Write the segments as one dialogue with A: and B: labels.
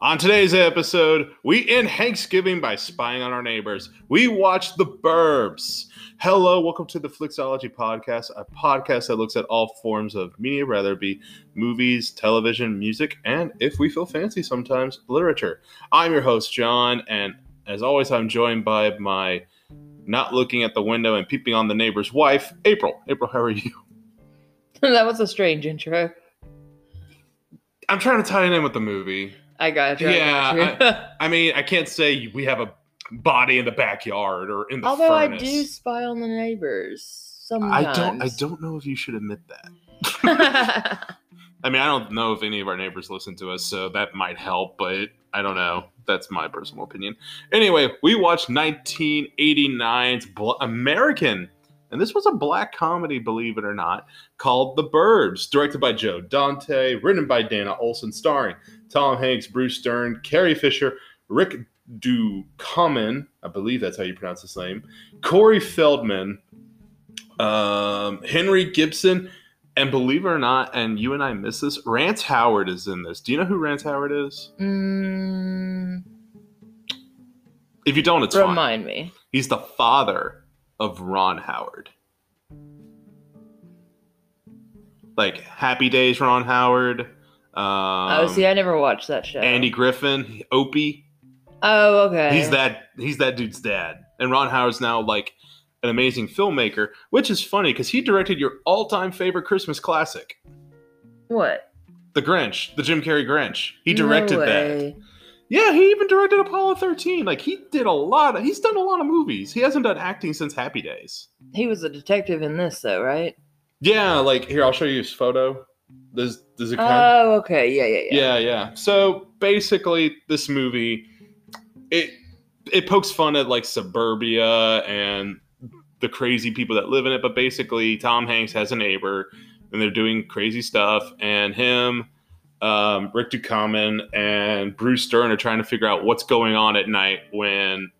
A: On today's episode, we end Thanksgiving by spying on our neighbors. We watch The Burbs. Hello, welcome to the Flixology Podcast, a podcast that looks at all forms of media, whether it be movies, television, music, and if we feel fancy sometimes, literature. I'm your host, John, and as always, I'm joined by my not looking at the window and peeping on the neighbor's wife, April. April, how are you?
B: that was a strange intro.
A: I'm trying to tie it in with the movie.
B: I got you. I got
A: Yeah,
B: you.
A: I mean, I can't say we have a body in the backyard or in the
B: Although
A: furnace.
B: I do spy on the neighbors sometimes.
A: I don't. I don't know if you should admit that.
B: don't.
A: I mean, I don't know if any of our neighbors listen to us, so that might help. But I don't know. That's my personal opinion. Anyway, we watched 1989's Bl- American, and this was a black comedy, believe it or not, called The Burbs, directed by Joe Dante, written by Dana Olson, starring Tom Hanks, Bruce Stern, Carrie Fisher, Rick Ducommun, I believe that's how you pronounce his name, Corey Feldman, um, Henry Gibson, and believe it or not, and you and I miss this, Rance Howard is in this. Do you know who Rance Howard is?
B: mm,
A: If you don't, it's fine.
B: remind me.
A: He's the father of Ron Howard. Like Happy Days, Ron Howard. Um,
B: oh, see, I never watched that show.
A: Andy Griffin, Opie.
B: Oh, okay.
A: He's that he's that dude's dad. And Ron Howard's now like an amazing filmmaker, which is funny because he directed your all-time favorite Christmas classic,
B: What?
A: The Grinch, the Jim Carrey Grinch. He directed
B: no
A: that.
B: way.
A: Yeah, he even directed Apollo 13. Like he did a lot of, he's done a lot of movies. He hasn't done acting since Happy Days.
B: He was a detective in this, though, right?
A: Yeah, like here, I'll show you his photo. Does does it count?
B: Oh, okay. Yeah, yeah,
A: yeah
B: yeah.
A: yeah so basically this movie it it pokes fun at like suburbia and the crazy people that live in it but basically tom hanks has a neighbor and they're doing crazy stuff and him um, rick ducommun and bruce stern are trying to figure out what's going on at night when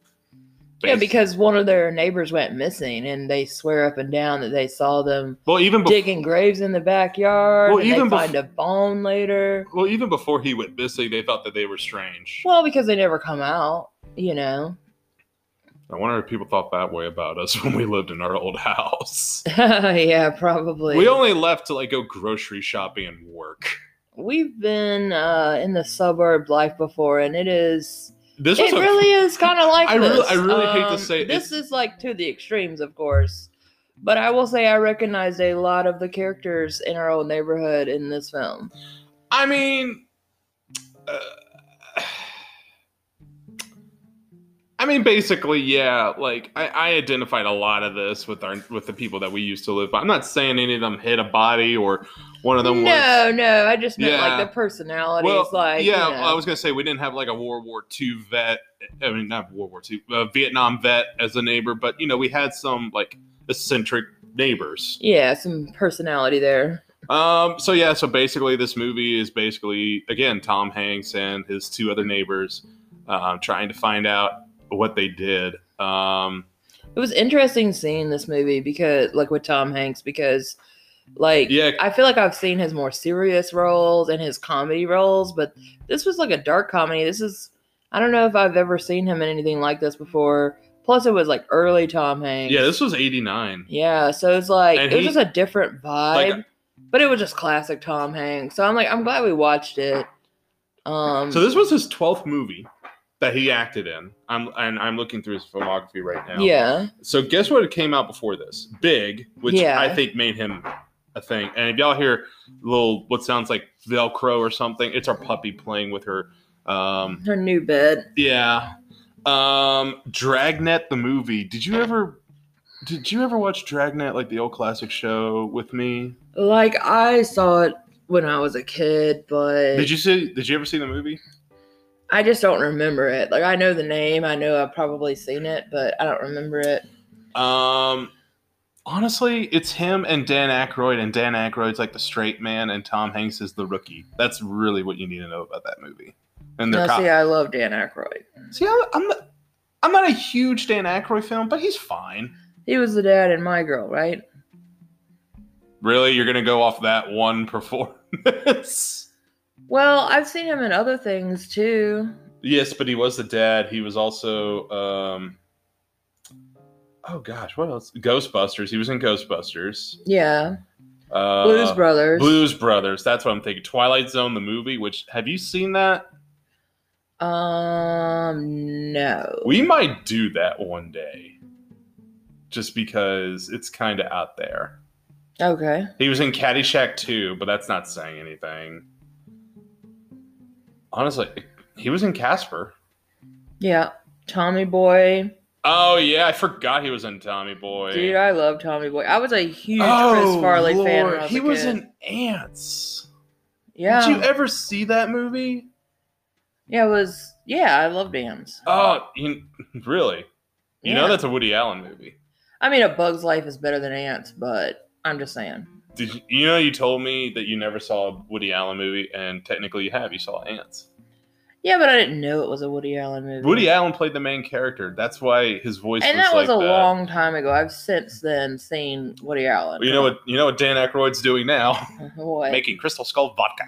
B: Yeah,
A: basi-
B: because one of their neighbors went missing, and they swear up and down that they saw them
A: well even before
B: digging graves in the backyard.
A: Well,
B: and they
A: even bef-
B: find a bone later.
A: well even before he went missing they thought that they were strange
B: Well, because they never come out, you know.
A: i wonder if people thought that way about us when we lived in our old house
B: yeah, probably.
A: We only left to like go grocery shopping and work.
B: We've been uh, in the suburb life before, and it is.
A: This was
B: It
A: a,
B: really is kind of like
A: I
B: this. Um,
A: really- I really hate to say it-
B: this is like to the extremes, of course. But I will say I recognized a lot of the characters in our old neighborhood in this film.
A: I mean, uh, I mean, basically, yeah. Like I, I identified a lot of this with our with the people that we used to live by. I'm not saying any of them hit a body or one of
B: No,
A: them was.
B: no, I just meant like
A: Yeah.
B: the personalities.
A: Well,
B: like
A: yeah,
B: you know.
A: I was gonna say we didn't have like a World War II vet. I mean, not World War II, a Vietnam vet as a neighbor, but you know, we had some like eccentric neighbors.
B: yeah, some personality there.
A: Um, so yeah, so basically, this movie is basically again Tom Hanks and his two other neighbors um, trying to find out what they did. Um,
B: It was interesting seeing this movie because, like, with Tom Hanks, because, like,
A: yeah,
B: I feel like I've seen his more serious roles and his comedy roles, but this was like a dark comedy. This is I don't know if I've ever seen him in anything like this before. Plus it was like early Tom Hanks.
A: yeah, this was '89.
B: Yeah, so it's like
A: And
B: it was
A: he-
B: just a different vibe.
A: Like- uh,
B: but it was just classic Tom Hanks. So I'm like I'm glad we watched it. Um
A: So this was his twelfth movie that he acted in. I'm and I'm looking through his filmography right now.
B: Yeah.
A: So guess what came out before this? Big, which
B: Yeah.
A: I think made him a thing. And if y'all hear little what sounds like Velcro or something, it's our puppy playing with her. Um,
B: Her new bed.
A: Yeah. Um Dragnet the movie. Did you ever did you ever watch Dragnet like the old classic show with me?
B: Like I saw it when I was a kid, but
A: Did you see did you ever see the movie?
B: I just don't remember it. Like I know the name, I know I've probably seen it, but I don't remember it.
A: Um honestly, it's him and Dan Aykroyd and Dan Aykroyd's like the straight man and Tom Hanks is the rookie. That's really what you need to know about that movie. And
B: No,
A: they're cop-
B: see, I love Dan Aykroyd.
A: See, I, I'm not, I'm not a huge Dan Aykroyd film, but he's fine.
B: He was the dad in My Girl, right?
A: Really, you're going to go off that one performance?
B: Well, I've seen him in other things too.
A: Yes, but he was the dad. He was also um Oh gosh, what else? Ghostbusters. He was in Ghostbusters.
B: Yeah,
A: Uh,
B: Blues Brothers.
A: Blues Brothers. That's what I'm thinking. Twilight Zone the movie, which have you seen that?
B: Um, no.
A: We might do that one day. Just because it's kind of out there.
B: okay.
A: He was in Caddyshack 2, but that's not saying anything. Honestly, he was in Casper.
B: Yeah, Tommy Boy.
A: Oh yeah, I forgot he was in Tommy Boy. Oh,
B: Dude, I love Tommy Boy. I was a huge Chris Farley fan. When I was
A: he
B: a
A: was
B: kid.
A: in Ants.
B: Yeah,
A: Did you ever see that movie?
B: yeah, it was. Yeah, I loved Dams.
A: Oh, you, really? You know
B: Yeah.
A: that's a Woody Allen movie.
B: I mean, A Bug's Life is better than Ants, but I'm just saying.
A: Did you, you know you told me that you never saw a Woody Allen movie, and technically you have. You saw Ants.
B: Yeah, but I didn't know it was a Woody Allen movie.
A: Woody Allen played the main character. That's why his voice.
B: Mm-hmm. and
A: was
B: that was
A: like
B: a
A: that.
B: long time ago. I've since then seen Woody Allen.
A: You know what? You know what Dan Aykroyd's doing now?
B: What?
A: Making Crystal Skull vodka.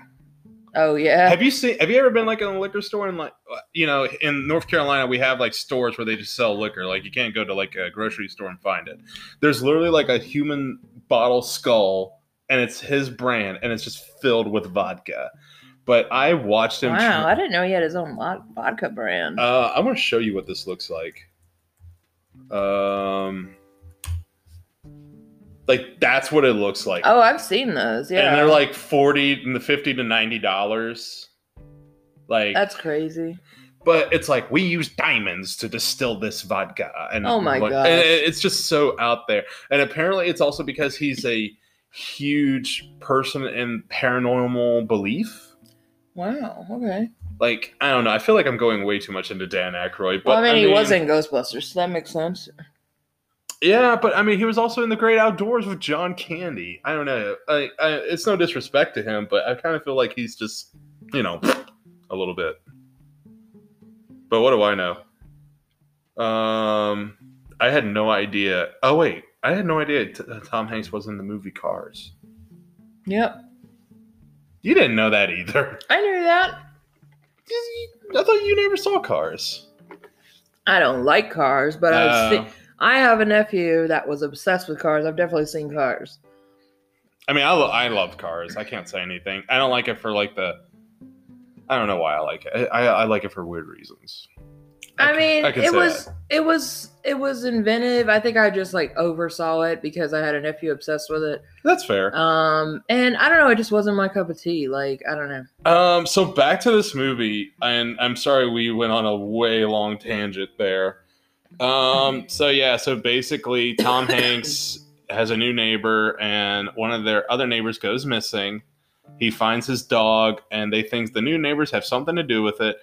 B: oh yeah.
A: Have you seen? Have you ever been like in a liquor store and like uh, you know in North Carolina we have like stores where they just sell liquor. Like you can't go to like a grocery store and find it. There's literally like a human bottle skull, and it's his brand, and it's just filled with vodka. But I watched him.
B: wow, I didn't know he had his own vod- vodka brand.
A: Uh, I want to show you what this looks like. Um, like that's what it looks like.
B: oh, I've seen those. Yeah,
A: and they're like forty and the fifty to ninety dollars. Like
B: that's crazy.
A: but it's like we use diamonds to distill this vodka and
B: Oh my
A: like,
B: gosh.
A: and it- it's just so out there and apparently it's also because he's a huge person in paranormal belief
B: Wow. Okay.
A: like i don't know i feel like i'm going way too much into dan Aykroyd, but
B: Well, I mean, he was in Ghostbusters, so that makes sense.
A: yeah but i mean he was also in the great outdoors with john candy i don't know I, I, it's no disrespect to him but i kind of feel like he's just you know a little bit but what do i know um i had no idea oh wait i had no idea t- uh, tom hanks was in the movie cars
B: Yep,
A: you didn't know that either
B: I knew that.
A: i thought you never saw cars
B: I don't like cars, but I've
A: Uh,
B: seen. I have a nephew that was obsessed with cars. I've definitely seen cars.
A: I mean, I, lo- I love cars. I can't say anything. I don't like it for like the. I don't know why I like it. I, I, I like it for weird reasons.
B: I,
A: can-
B: mean,
A: I can
B: it
A: say
B: was
A: that.
B: it was it was inventive. I think I just like oversaw it because I had a nephew obsessed with it.
A: That's fair.
B: Um, and I don't know, it just wasn't my cup of tea. Like I don't know.
A: Um, so back to this movie, and I'm sorry we went on a way long tangent there. Um, so yeah, so basically, Tom Hanks has a new neighbor, and one of their other neighbors goes missing. He finds his dog, and they think the new neighbors have something to do with it.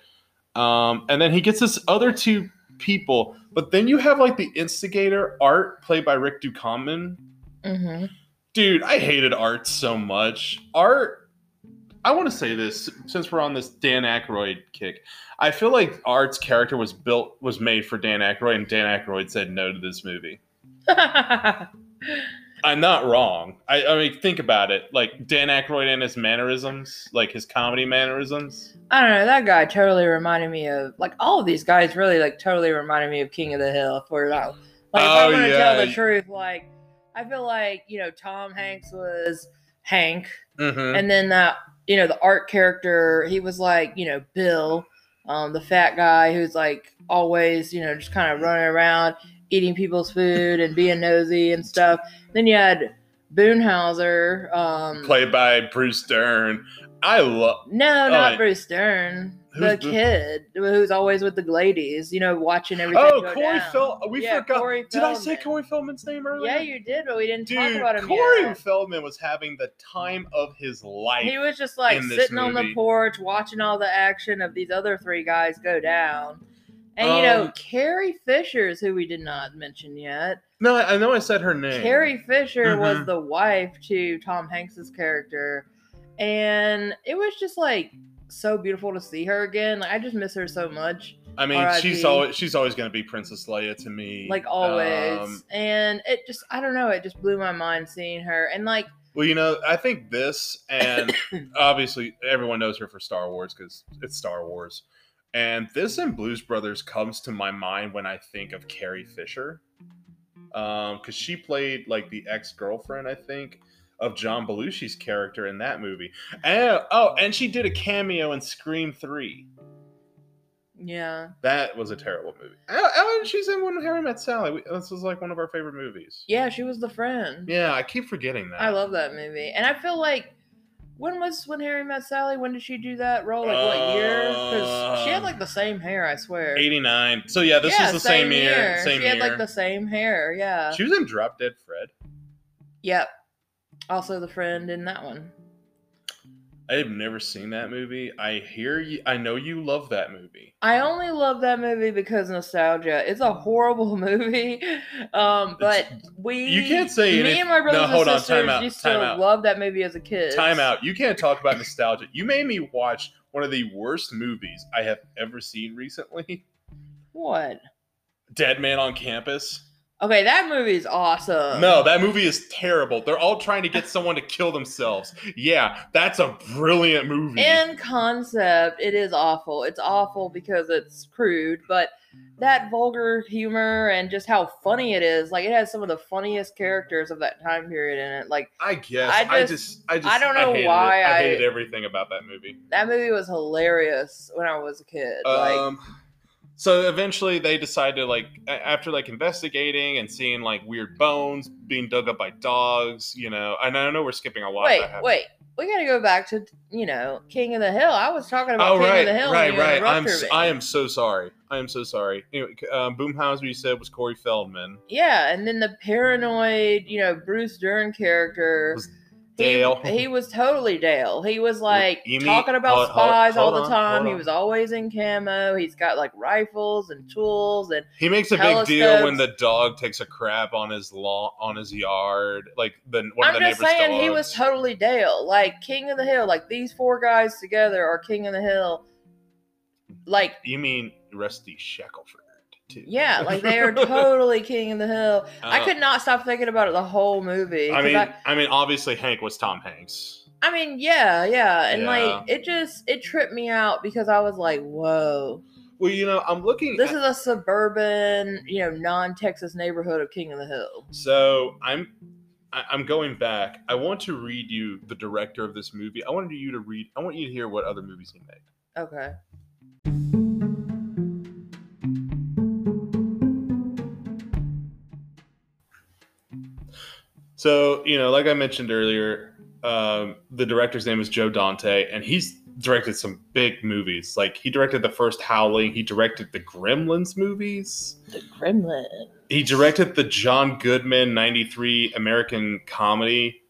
A: Um, and then he gets this other two people, but then you have like the instigator Art, played by Rick Ducommun,
B: Mm-hmm.
A: Dude, I hated art so much. Art, I want to say this since we're on this Dan Aykroyd kick. I feel like Art's character was built, was made for Dan Aykroyd, and Dan Aykroyd said no to this movie. I'm not wrong. I, I mean, think about it. Like Dan Aykroyd and his mannerisms, like his comedy mannerisms.
B: I don't know. That guy totally reminded me of like all of these guys really like totally reminded me of King of the Hill. If we're not like if
A: Oh,
B: I'm gonna
A: yeah.
B: tell the truth, like I feel like you know Tom Hanks was Hank,
A: Mm-hmm.
B: and then that you know the art character he was like you know Bill, um, the fat guy who's like always you know just kind of running around eating people's food and being nosy and stuff. Then you had Boonhauser. Um,
A: Played by Bruce Dern. I love.
B: no,
A: Oh,
B: not
A: I-
B: Bruce Stern. The
A: Who's Bruce-
B: kid who's always with the Gladies, you know, watching everything.
A: Oh,
B: go
A: Corey
B: down.
A: Fel. We
B: Yeah,
A: forgot.
B: Corey
A: Did I say
B: Feldman.
A: Corey Feldman's name earlier?
B: Yeah, you did, but we didn't talk
A: Dude,
B: about him
A: Corey
B: yet.
A: Feldman was having the time of his life.
B: He was just like
A: in this
B: sitting on the
A: movie.
B: porch watching all the action of these other three guys go down. And you know,
A: Um,
B: Carrie Fisher's who we did not mention yet.
A: no, I I know I said her name.
B: Carrie Fisher was
A: Mhm.
B: the wife to Tom Hanks's character, and it was just like so beautiful to see her again. Like I just miss her so much.
A: I mean,
B: R.I.P..
A: she's always she's always gonna be Princess Leia to me.
B: like always
A: Um,
B: and it just i don't know it just blew my mind seeing her and like
A: Well, you know, I think this, and obviously everyone knows her for Star Wars because it's Star Wars. And this and Blues Brothers comes to my mind when I think of Carrie Fisher, because she played like the ex girlfriend, I think, of John Belushi's character in that movie. And, oh, and she did a cameo in Scream Three.
B: Yeah.
A: That was a terrible movie. Oh, oh, and she's in When Harry Met Sally. We, this was like one of our favorite movies.
B: Yeah, she was the friend.
A: Yeah, I keep forgetting that.
B: I love that movie. And I feel like when was when Harry met Sally? When did she do that role? Like what year? Because she had like the same hair, I swear.
A: 89. So yeah, this
B: yeah,
A: is the same, year. Same
B: she
A: year.
B: had like the same hair, yeah.
A: she was in Drop Dead Fred.
B: yep. Also the friend in that one.
A: I have never seen that movie. I hear you. I know you love that movie.
B: I only love that movie because nostalgia. It's a horrible movie, um, but we
A: you can't say
B: me
A: anyth-
B: and my brothers
A: no, hold on,
B: and
A: time
B: sisters
A: out,
B: used
A: time
B: to
A: out.
B: love that movie as a kid.
A: Time out. You can't talk about nostalgia. You made me watch one of the worst movies I have ever seen recently.
B: What?
A: Dead Man on Campus.
B: Okay, that movie is awesome.
A: No, that movie is terrible. They're all trying to get someone to kill themselves. Yeah, that's a brilliant movie.
B: in concept, it is awful. It's awful because it's crude, but that vulgar humor and just how funny it is. Like it has some of the funniest characters of that time period in it. Like
A: I guess.
B: I
A: I
B: just-
A: just. I just.
B: I don't know
A: hated it.
B: why
A: I
B: I-
A: hated everything about that movie.
B: that movie was hilarious when I was a kid. like
A: Um, so eventually they decide to like a- after like investigating and seeing like weird bones being dug up by dogs. You know, and I know we're skipping a lot.
B: wait,
A: that happened.
B: wait. We gotta go back to you know King of the Hill. I was talking about
A: Oh
B: King
A: right,
B: of the Hill.
A: right,
B: and you
A: right. I'm
B: interrupted
A: s-
B: me.
A: I am so sorry. I am so sorry. Anyway, c- um, Boomhauser, you said was Corey Feldman.
B: yeah, and then the paranoid, you know, Bruce Dern character.
A: Was
B: he-
A: Dale.
B: He, was totally Dale. He was like
A: you mean-
B: talking about
A: hold- hold-
B: spies all
A: hold
B: the
A: on,
B: time.
A: hold
B: He
A: on.
B: was always in camo. He's got like rifles and tools and
A: He makes a big deal when
B: Telescopes.
A: the dog takes a crap on his lawn, on his yard, like the one
B: I'm
A: of the
B: just
A: neighbors'
B: saying he
A: dogs.
B: was totally Dale, like King of the Hill. Like these four guys together are King of the Hill. Like
A: you mean Rusty Shackelford? Too.
B: yeah, like they are totally King of the Hill. I
A: Uh,
B: could not stop thinking about it the whole movie.
A: I
B: 'cause
A: mean, I, mean, obviously Hank was Tom Hanks.
B: I mean, yeah, yeah, and like
A: Yeah.
B: it just it tripped me out because I was like, whoa,
A: Well, you know, I'm looking.
B: this
A: at-
B: is a suburban, you know, non-Texas neighborhood of King of the Hill.
A: so I'm. I- I'm going back. I want to read you the director of this movie. I wanted you to read. I want you to hear what other movies he made.
B: Okay.
A: So you know, like I mentioned earlier, um, the director's name is Joe Dante, and he's directed some big movies. Like he directed the first Howling. He directed the Gremlins movies.
B: The Gremlin.
A: He directed the John Goodman 93 American comedy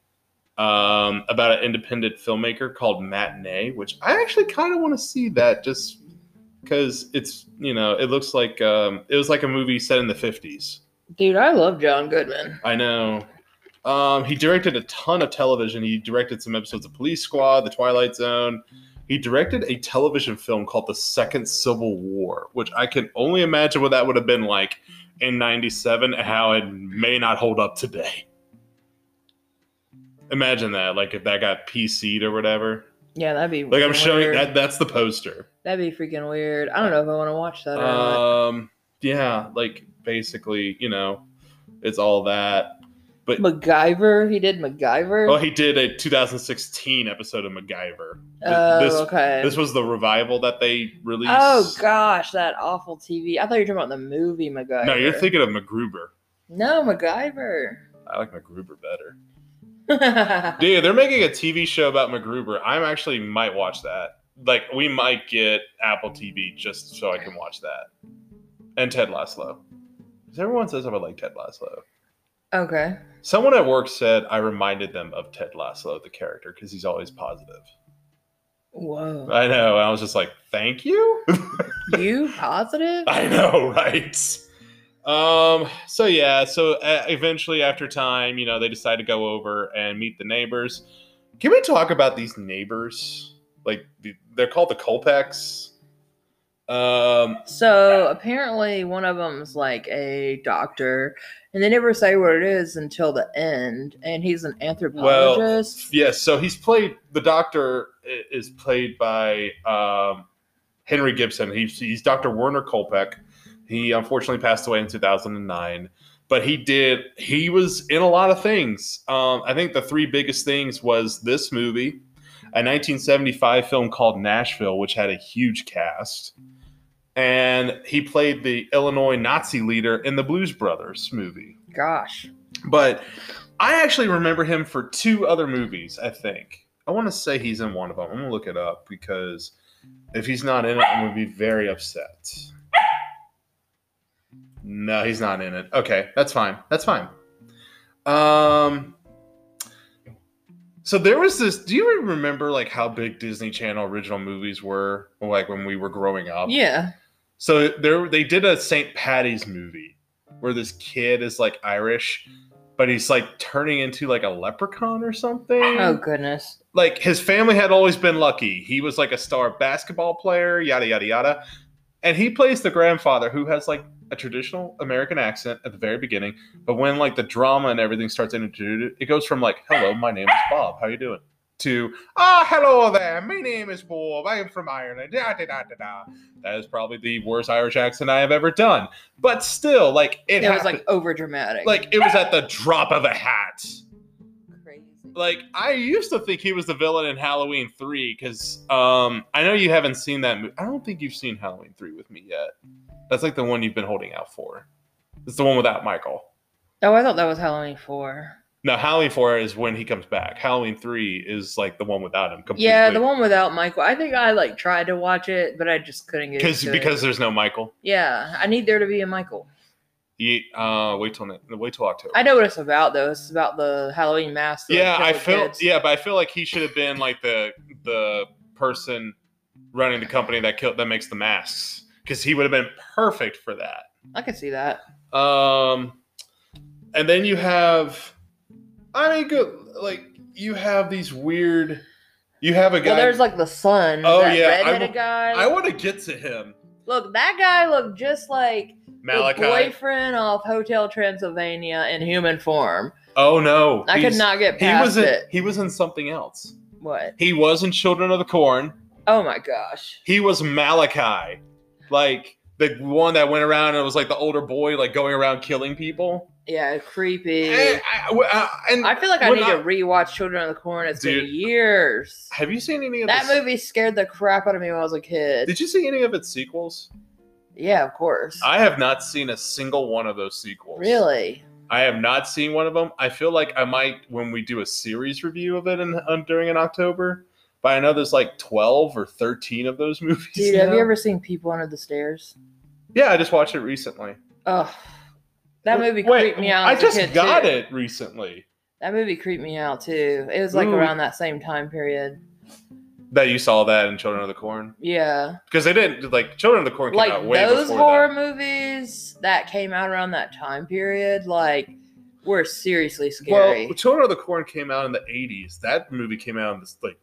A: um, about an independent filmmaker called Matinee, which I actually kind of want to see that just because it's, you know, it looks like um, it was like a movie set in the 50s.
B: Dude, I love John Goodman.
A: I know. Um, he directed a ton of television. He directed some episodes of Police Squad, The Twilight Zone. He directed a television film called The Second Civil War, which I can only imagine what that would have been like in 97 and how it may not hold up today. Imagine that, like if that got PC'd or whatever.
B: Yeah, that'd be
A: Like I'm
B: freaking
A: showing
B: weird.
A: that that's the poster.
B: That'd be freaking weird. I don't know if I want to watch that. Or not.
A: Um yeah, like basically, you know, it's all that.
B: MacGyver. He did MacGyver.
A: Well, Oh, he did a 2016 episode of MacGyver. Th-
B: oh,
A: this,
B: okay.
A: this was the revival that they released.
B: oh gosh, that awful TV. I thought you were talking about the movie MacGyver.
A: No, you're thinking of MacGruber.
B: No, MacGyver.
A: I like MacGruber better. Dude, they're making a TV show about MacGruber. I'm actually might watch that. Like, we might get Apple TV just so I can watch that. And Ted Laszlo. 'Cause everyone says I would like Ted Laszlo.
B: okay.
A: Someone at work said I reminded them of Ted Laszlo, the character, because he's always positive.
B: Whoa.
A: I know. I was just like, thank you?
B: you positive?
A: I know, right? Um. So yeah. So uh, eventually, after time, you know, they decide to go over and meet the neighbors. Can we talk about these neighbors? Like the, they're called the Um, Colpecks. Um.
B: So apparently, one of them's like a doctor, and they never say what it is until the end. And he's an anthropologist.
A: Yes, so he's played the doctor i- is played by um, Henry Gibson. He's, he's Dr. Werner Kolpeck. He unfortunately passed away in 2009, but he did he was in a lot of things. Um, I think the three biggest things was this movie, a 1975 film called Nashville, which had a huge cast. And he played the Illinois Nazi leader in the Blues Brothers movie.
B: Gosh,
A: But I actually remember him for two other movies, I think. I want to say he's in one of them. I'm going to look it up because if he's not in it, I'm going to be very upset. No, he's not in it. Okay, that's fine. That's fine. Um so there was this do you remember like how big Disney Channel original movies were like when we were growing up?
B: yeah,
A: So there they did a St. Patty's movie where this kid is like Irish, but he's like turning into like a leprechaun or something.
B: oh goodness,
A: Like his family had always been lucky. He was like a star basketball player, yada yada yada. And he plays the grandfather who has like a traditional American accent at the very beginning, but when like the drama and everything starts introduced, it goes from like, "Hello, my name is Bob. How you doing?" to "Ah, hello there. My name is Bob. I am from Ireland." Da, da, da, da, da. That is probably the worst Irish accent I have ever done. But still, like it,
B: it was
A: happened-
B: like over dramatic,
A: like it was at the drop of a hat.
B: crazy.
A: Like I used to think he was the villain in Halloween three because um, I know you haven't seen that. Mo- I don't think you've seen Halloween three with me yet. That's like the one you've been holding out for. It's the one without Michael.
B: oh, I thought that was Halloween four.
A: No, Halloween four is when he comes back. Halloween three is like the one without him. Completely.
B: Yeah, the one without Michael. I think I like tried to watch it, but I just couldn't get
A: because
B: into it.
A: because there's no Michael.
B: yeah, I need there to be a Michael.
A: You, uh, wait till ne- wait till October.
B: I know what it's about though. It's about the Halloween mask. that, like,
A: yeah, I
B: killed
A: feel
B: kids.
A: yeah, but I feel like he should have been like the the person running the company that killed that makes the masks because he would have been perfect for that.
B: I can see that.
A: Um, and then you have, I mean, good. Like you have these weird. You have a guy.
B: Well, there's like the son.
A: Oh,
B: that
A: yeah, I w-
B: redheaded guy.
A: I want to get to him,
B: Look, that guy looked just like
A: Malachi.
B: the boyfriend of Hotel Transylvania in human form.
A: oh no,
B: I could
A: he's-
B: not get
A: He
B: past
A: was in,
B: it.
A: he was in something else.
B: What?
A: He was in Children of the Corn.
B: Oh my gosh.
A: He was Malachi, like the one that went around and was like the older boy, like going around killing people.
B: Yeah, creepy.
A: And, I- I- and
B: I feel like I
A: We're
B: need
A: not-
B: to rewatch Children of the Corn. It's
A: Dude.
B: been years.
A: have you seen any of
B: That
A: this-
B: movie scared the crap out of me when I was a kid.
A: Did you see any of its sequels?
B: yeah, of course.
A: I have not seen a single one of those sequels.
B: really?
A: I have not seen one of them. I feel like I might when we do a series review of it in, um, during in October. But I know there's like twelve or thirteen of those movies.
B: Dude, have
A: now.
B: you ever seen People Under the Stairs?
A: Yeah, I just watched it recently.
B: Ugh. That
A: Wait,
B: movie creeped me out.
A: I
B: as a
A: just
B: kid,
A: got
B: too.
A: it recently
B: That movie creeped me out too. It was like
A: Ooh.
B: around that same time period.
A: that you saw that in Children of the Corn
B: Yeah.
A: because they didn't like Children of the Corn came
B: like
A: out way
B: those
A: before
B: horror
A: that.
B: movies that came out around that time period, like were seriously scary.
A: Well, Children of the Corn came out in the '80s. That movie came out in this like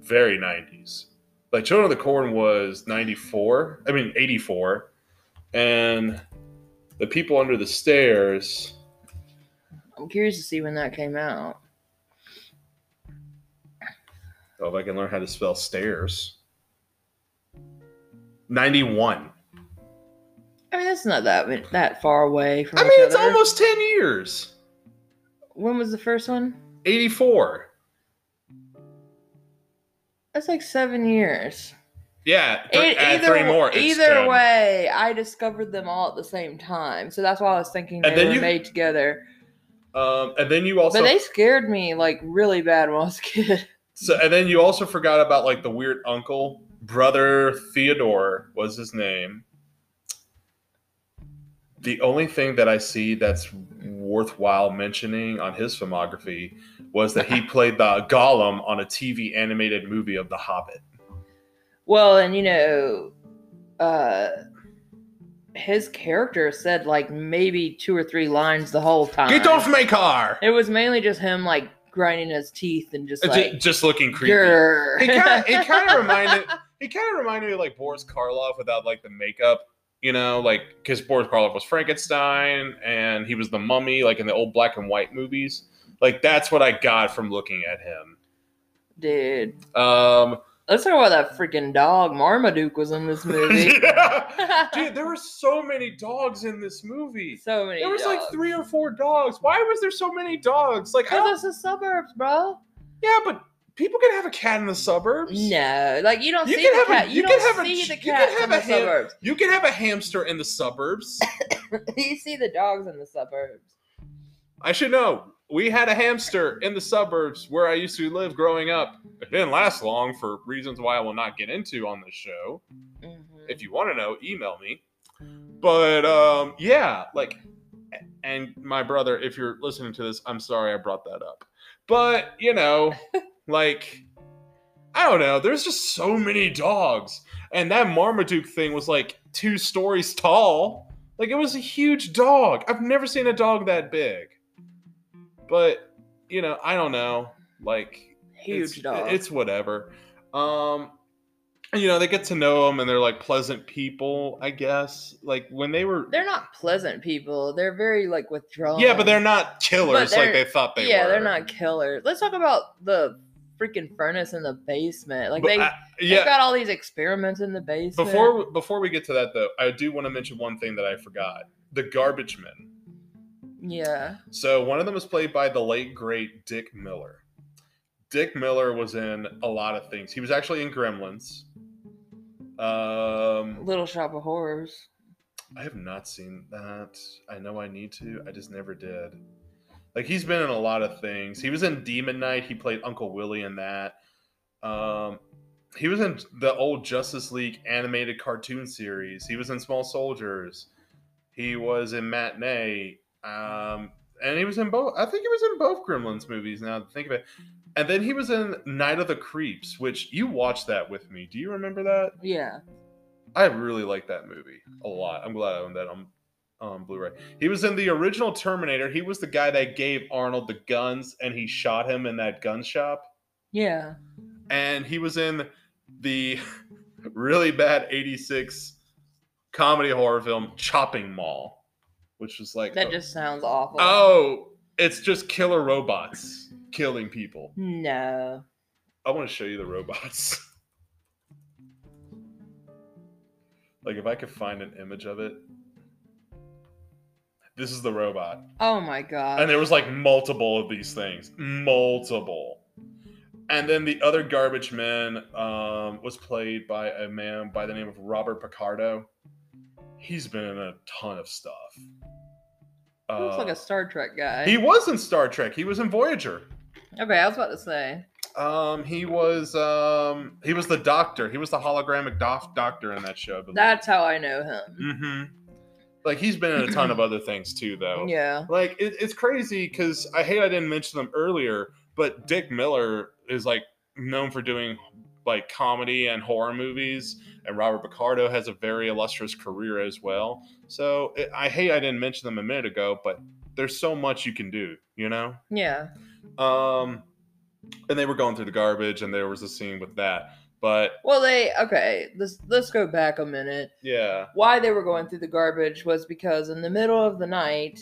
A: very '90s. Like Children of the Corn was '94. I mean '84, and the people under the stairs.
B: I'm curious to see when that came out.
A: Oh, if I can learn how to spell stairs. '91.
B: I mean, that's not that that far away from.
A: I
B: each
A: mean, it's
B: other.
A: almost ten years.
B: When was the first one?
A: '84.
B: That's like seven years.
A: Yeah, three,
B: E-
A: add
B: either
A: three more. it's
B: either
A: 10.
B: way, I discovered them all at the same time, so that's why I was thinking
A: And
B: they
A: then
B: were
A: you-
B: made together.
A: Um, and then you also
B: but they scared me like really bad when I was a kid.
A: So, and then you also forgot about like the weird uncle, brother Theodore was his name. The only thing that I see that's worthwhile mentioning on his filmography was that he played the Gollum on a TV animated movie of The Hobbit.
B: Well, and you know, uh, his character said like maybe two or three lines the whole time.
A: Get off my car!
B: It was mainly just him like grinding his teeth and just
A: Ju-
B: like
A: Just looking creepy.
B: grr.
A: It kind of reminded. He kind of reminded me of like Boris Karloff without like the makeup you know, like because Boris Karloff was Frankenstein and he was the mummy, like in the old black and white movies. Like that's what I got from looking at him.
B: Dude,
A: Um,
B: let's talk about that freaking dog. Marmaduke was in this movie.
A: yeah. dude, there were so many dogs in this movie.
B: so many.
A: There was like
B: dogs.
A: three or four dogs. Why was there so many dogs? Like, I
B: Cause
A: don't-
B: it's the suburbs, bro.
A: yeah, but people can have a cat in the suburbs.
B: No, like you don't
A: You
B: see
A: can
B: the
A: have a-
B: cat. you,
A: you can
B: don't
A: have a
B: see
A: ch-
B: the
A: you can
B: cats in
A: have
B: the
A: a ham-
B: suburbs.
A: You can have a hamster in the suburbs.
B: you see the dogs in the suburbs.
A: I should know. We had a hamster in the suburbs where I used to live growing up. It didn't last long for reasons why I will not get into on this show.
B: Mhm.
A: If you want to know, email me. But um, yeah, like, and my brother, if you're listening to this, I'm sorry I brought that up. But, you know, like, I don't know. There's just so many dogs. And that Marmaduke thing was like two stories tall. Like, it was a huge dog. I've never seen a dog that big. But, you know, I don't know. Like,
B: Huge
A: it's,
B: dog.
A: It's whatever. Um, and, you know, they get to know them and they're like pleasant people, I guess. Like when they were,
B: they're not pleasant people. They're very like withdrawn.
A: yeah, but they're not killers
B: But
A: like
B: they're-
A: they thought they
B: yeah,
A: were.
B: they're not killers. Let's talk about the freaking furnace in the basement. Like
A: But
B: they,
A: I-
B: have
A: yeah.
B: got all these experiments in the basement.
A: Before before we get to that though, I do want to mention one thing that I forgot: the garbage men.
B: yeah,
A: So one of them is played by the late great Dick Miller. Dick Miller was in a lot of things. He was actually in Gremlins. Um,
B: Little Shop of Horrors.
A: I have not seen that. I know I need to. I just never did. Like he's been in a lot of things. He was in Demon Knight. He played Uncle Willie in that. Um, he was in the old Justice League animated cartoon series. He was in Small Soldiers. He was in Matinee. Um, and he was in both. I think he was in both Gremlins movies. Now that I think of it. And then he was in Night of the Creeps, which you watched that with me. Do you remember that?
B: Yeah,
A: I really like that movie a
B: Mm-hmm.
A: lot. I'm glad I own that on on Blu-ray. He was in the original Terminator. He was the guy that gave Arnold the guns and he shot him in that gun shop.
B: yeah.
A: And he was in the really bad 86 comedy horror film Chopping Mall, which was like
B: That just sounds awful.
A: Oh, it's just killer robots killing people.
B: no.
A: I want to show you the robots. like if I could find an image of it. This is the robot.
B: Oh my god.
A: And there was like multiple of these things. Multiple. And then the other garbage man um, was played by a man by the name of Robert Picardo. He's been in a ton of stuff.
B: He looks like
A: Uh,
B: a Star Trek guy.
A: he was in Star Trek. He was in Voyager.
B: okay, I was about to say.
A: Um, he was um he was the doctor. He was the hologramic doc- doctor in that show. I believe.
B: That's how I know him.
A: mm-hmm. Like he's been in a ton of other things too, though.
B: Yeah.
A: Like it, it's crazy because I hate I didn't mention them earlier, but Dick Miller is like known for doing like comedy and horror movies, and Robert Picardo has a very illustrious career as well. So it, I hate I didn't mention them a minute ago, but there's so much you can do, you know.
B: Yeah.
A: Um, and they were going through the garbage, and there was a scene with that. But
B: Well, they okay. Let's let's go back a minute.
A: yeah,
B: Why they were going through the garbage was because in the middle of the night,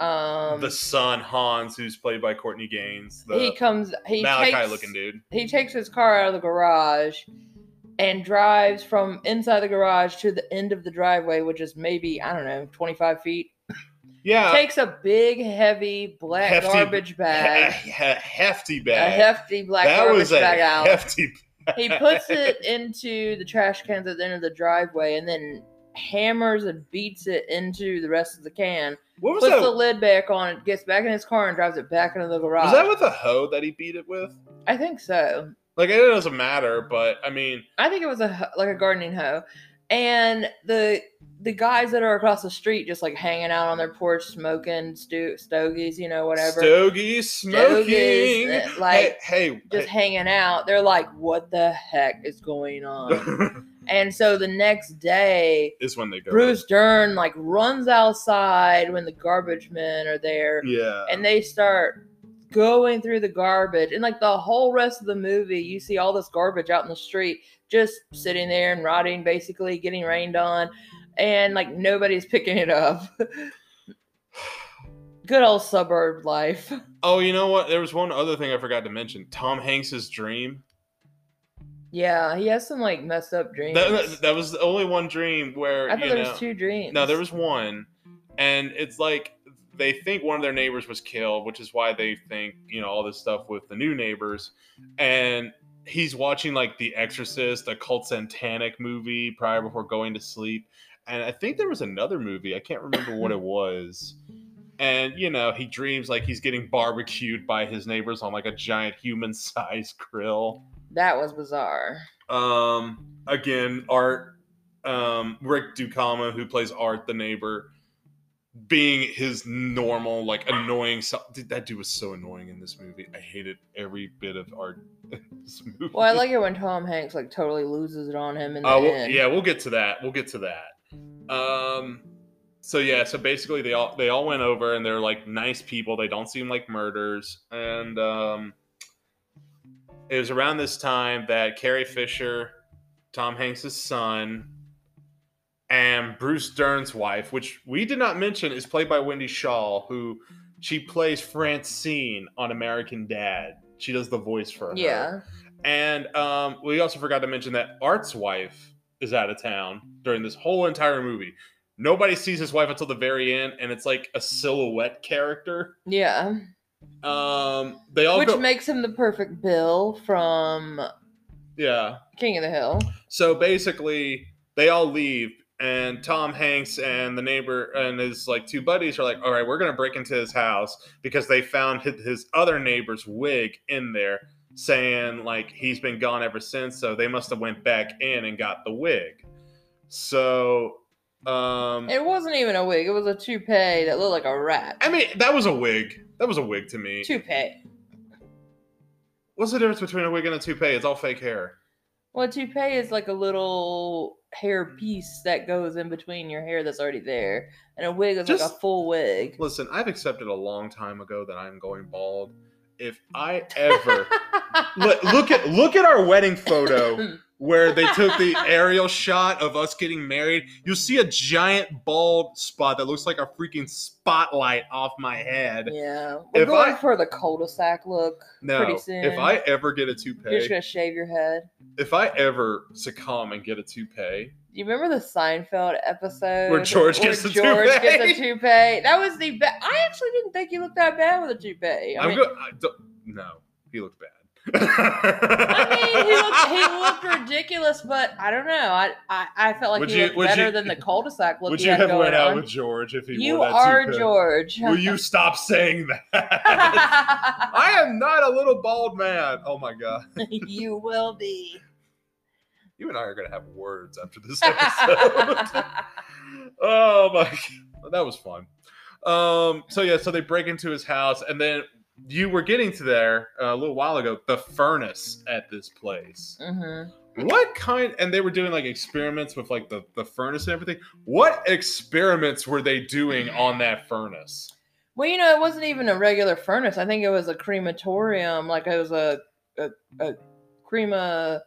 B: um,
A: the son Hans, who's played by Courtney Gaines, the
B: he comes. He takes,
A: Malachi-looking dude.
B: He takes his car out of the garage and drives from inside the garage to the end of the driveway, which is maybe I don't know, twenty five feet.
A: Yeah,
B: takes a big, heavy black
A: Uh, Hefty-
B: garbage
A: a,
B: bag,
A: he- hefty
B: a
A: bag.
B: hefty black
A: that
B: garbage
A: was a
B: bag out.
A: hefty.
B: he puts it into the trash cans at the end of the driveway and then hammers and beats it into the rest of the can.
A: What was
B: puts
A: that?
B: the lid back on it, gets back in his car, and drives it back into the garage.
A: was that with a hoe that he beat it with?
B: I think so.
A: Like it doesn't matter, but I mean,
B: I think it was a ho- like a gardening hoe, and the the guys that are across the street just like hanging out on their porch smoking sto- stogies, you know, whatever.
A: stogie smoking.
B: uh, like,
A: hey, hey,
B: just
A: hey.
B: hanging out. They're like, "What the heck is going on?" and so the next day,
A: is when they go.
B: Bruce Dern like runs outside when the garbage men are there
A: Yeah.
B: and they start going through the garbage and like the whole rest of the movie you see all this garbage out in the street just sitting there and rotting basically getting rained on and like nobody's picking it up. Good old suburb life.
A: Oh, you know what? There was one other thing I forgot to mention. Tom Hanks's dream.
B: Yeah, he has some like messed up dreams.
A: That- That, that was the only one dream where
B: I thought
A: you
B: there
A: know-
B: was two dreams.
A: No, there was one, and it's like they think one of their neighbors was killed, which is why they think you know all this stuff with the new neighbors, and he's watching like The Exorcist, a cult Santanic movie prior before going to sleep, and I think there was another movie I can't remember what it was. And you know he dreams like he's getting barbecued by his neighbors on like a giant human-sized grill.
B: that was bizarre.
A: Um, again, Art, um, Rick Ducama, who plays Art, the neighbor, being his normal, like annoying self. Dude, that dude was so annoying in this movie. I hated every bit of Art in this movie.
B: Well, I like it when Tom Hanks like totally loses it on him in the
A: Uh, we'll-
B: end.
A: yeah, we'll get to that. We'll get to that. Um, so yeah, so basically they all they all went over and they're like nice people. They don't seem like murders. And um, it was around this time that Carrie Fisher, Tom Hanks' son, and Bruce Dern's wife, which we did not mention, is played by Wendy Shaw, who she plays Francine on American Dad. She does the voice for her.
B: Yeah.
A: And um, we also forgot to mention that Art's wife is out of town during this whole entire movie. Nobody sees his wife until the very end, and it's like a silhouette character.
B: Yeah.
A: Um, they all
B: Which
A: go,
B: makes him the perfect Bill from
A: yeah.
B: King of the Hill.
A: So basically, they all leave, and Tom Hanks and the neighbor and his like two buddies are like, "All right, we're gonna break into his house because they found hi- his other neighbor's wig in there, saying like he's been gone ever since. So they must have went back in and got the wig. So, um,
B: It wasn't even a wig, it was a toupee that looked like a rat.
A: I mean, that was a wig. That was a wig to me.
B: toupee.
A: What's the difference between a wig and a toupee? It's all fake hair.
B: Well, a toupee is like a little hair piece that goes in between your hair that's already there. And a wig is like a
A: Just-
B: full wig.
A: Listen, I've accepted a long time ago that I'm
B: Mm.
A: going bald. If I ever. look, look at look at our wedding photo where they took the aerial shot of us getting married. You'll see a giant bald spot that looks like a freaking spotlight off my head.
B: yeah. We're
A: If
B: going
A: I-
B: for the cul-de-sac look.
A: No,
B: Pretty soon.
A: if I ever get a
B: You're just
A: toupee,
B: gonna shave your head.
A: if I ever succumb and get a toupee,
B: Do you remember the Seinfeld episode
A: Where George gets the
B: George gets a
A: toupee?
B: toupee? That was the best. I actually didn't think he looked that bad with a toupee. I
A: I'm
B: mean,
A: go- I don't, no, he looked bad.
B: I mean, he looked he looked ridiculous, but I don't know. I I, I felt like
A: Would
B: he
A: you-
B: looked
A: would
B: better
A: you-
B: than the cul-de-sac look
A: Would
B: he
A: you
B: had
A: have
B: going
A: went out
B: on.
A: with George if he
B: you
A: wore that
B: are
A: toupee?
B: George.
A: Will you stop saying that?
B: I
A: I am not a little bald man. Oh my god.
B: you will be.
A: You and I are gonna have words after this episode.
B: Mm-hmm.
A: oh my god. That was fun. Um, so yeah, so they break into his house, and then you were getting to there uh, a little while ago, the furnace at this place.
B: Mhm.
A: What kind and they were doing like experiments with like the, the furnace and everything. What experiments were they doing on that furnace?
B: Well, you know, it wasn't even a regular furnace. I think it was a crematorium. Like it was a a, a crema.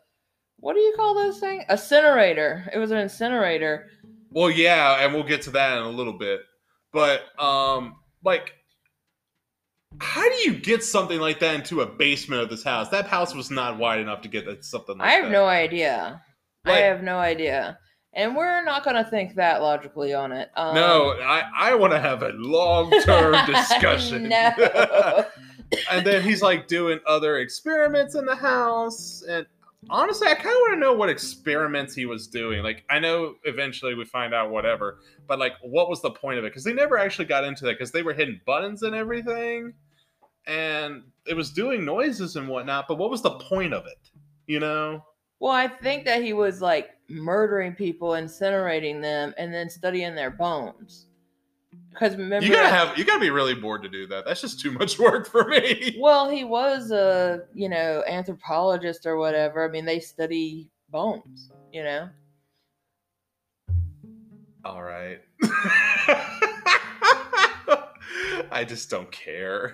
B: What do you call those things? Incinerator. It was an incinerator.
A: Well, yeah, and we'll get to that in a little bit. But um like how do you get something like that into a basement of this house? That house was not wide enough to get that- something like
B: I have
A: that.
B: no idea. I
A: Like-
B: have no idea. And we're not going to think that logically on it. Um,
A: No, I, I want to have a long term discussion.
B: no.
A: and then he's like doing other experiments in the house. And honestly, I kind of want to know what experiments he was doing. Like, I know eventually we find out whatever, but like, what was the point of it? Because they never actually got into that because they were hitting buttons and everything. And it was doing noises and whatnot, but what was the point of it? You know?
B: Well, I think that he was like murdering people, incinerating them, and then studying their bones. Because remember,
A: you gotta have, you gotta be really bored to do that. That's just too much work for me.
B: well, he was a you know anthropologist or whatever. I mean, they study bones. You know,
A: All right. I just don't care.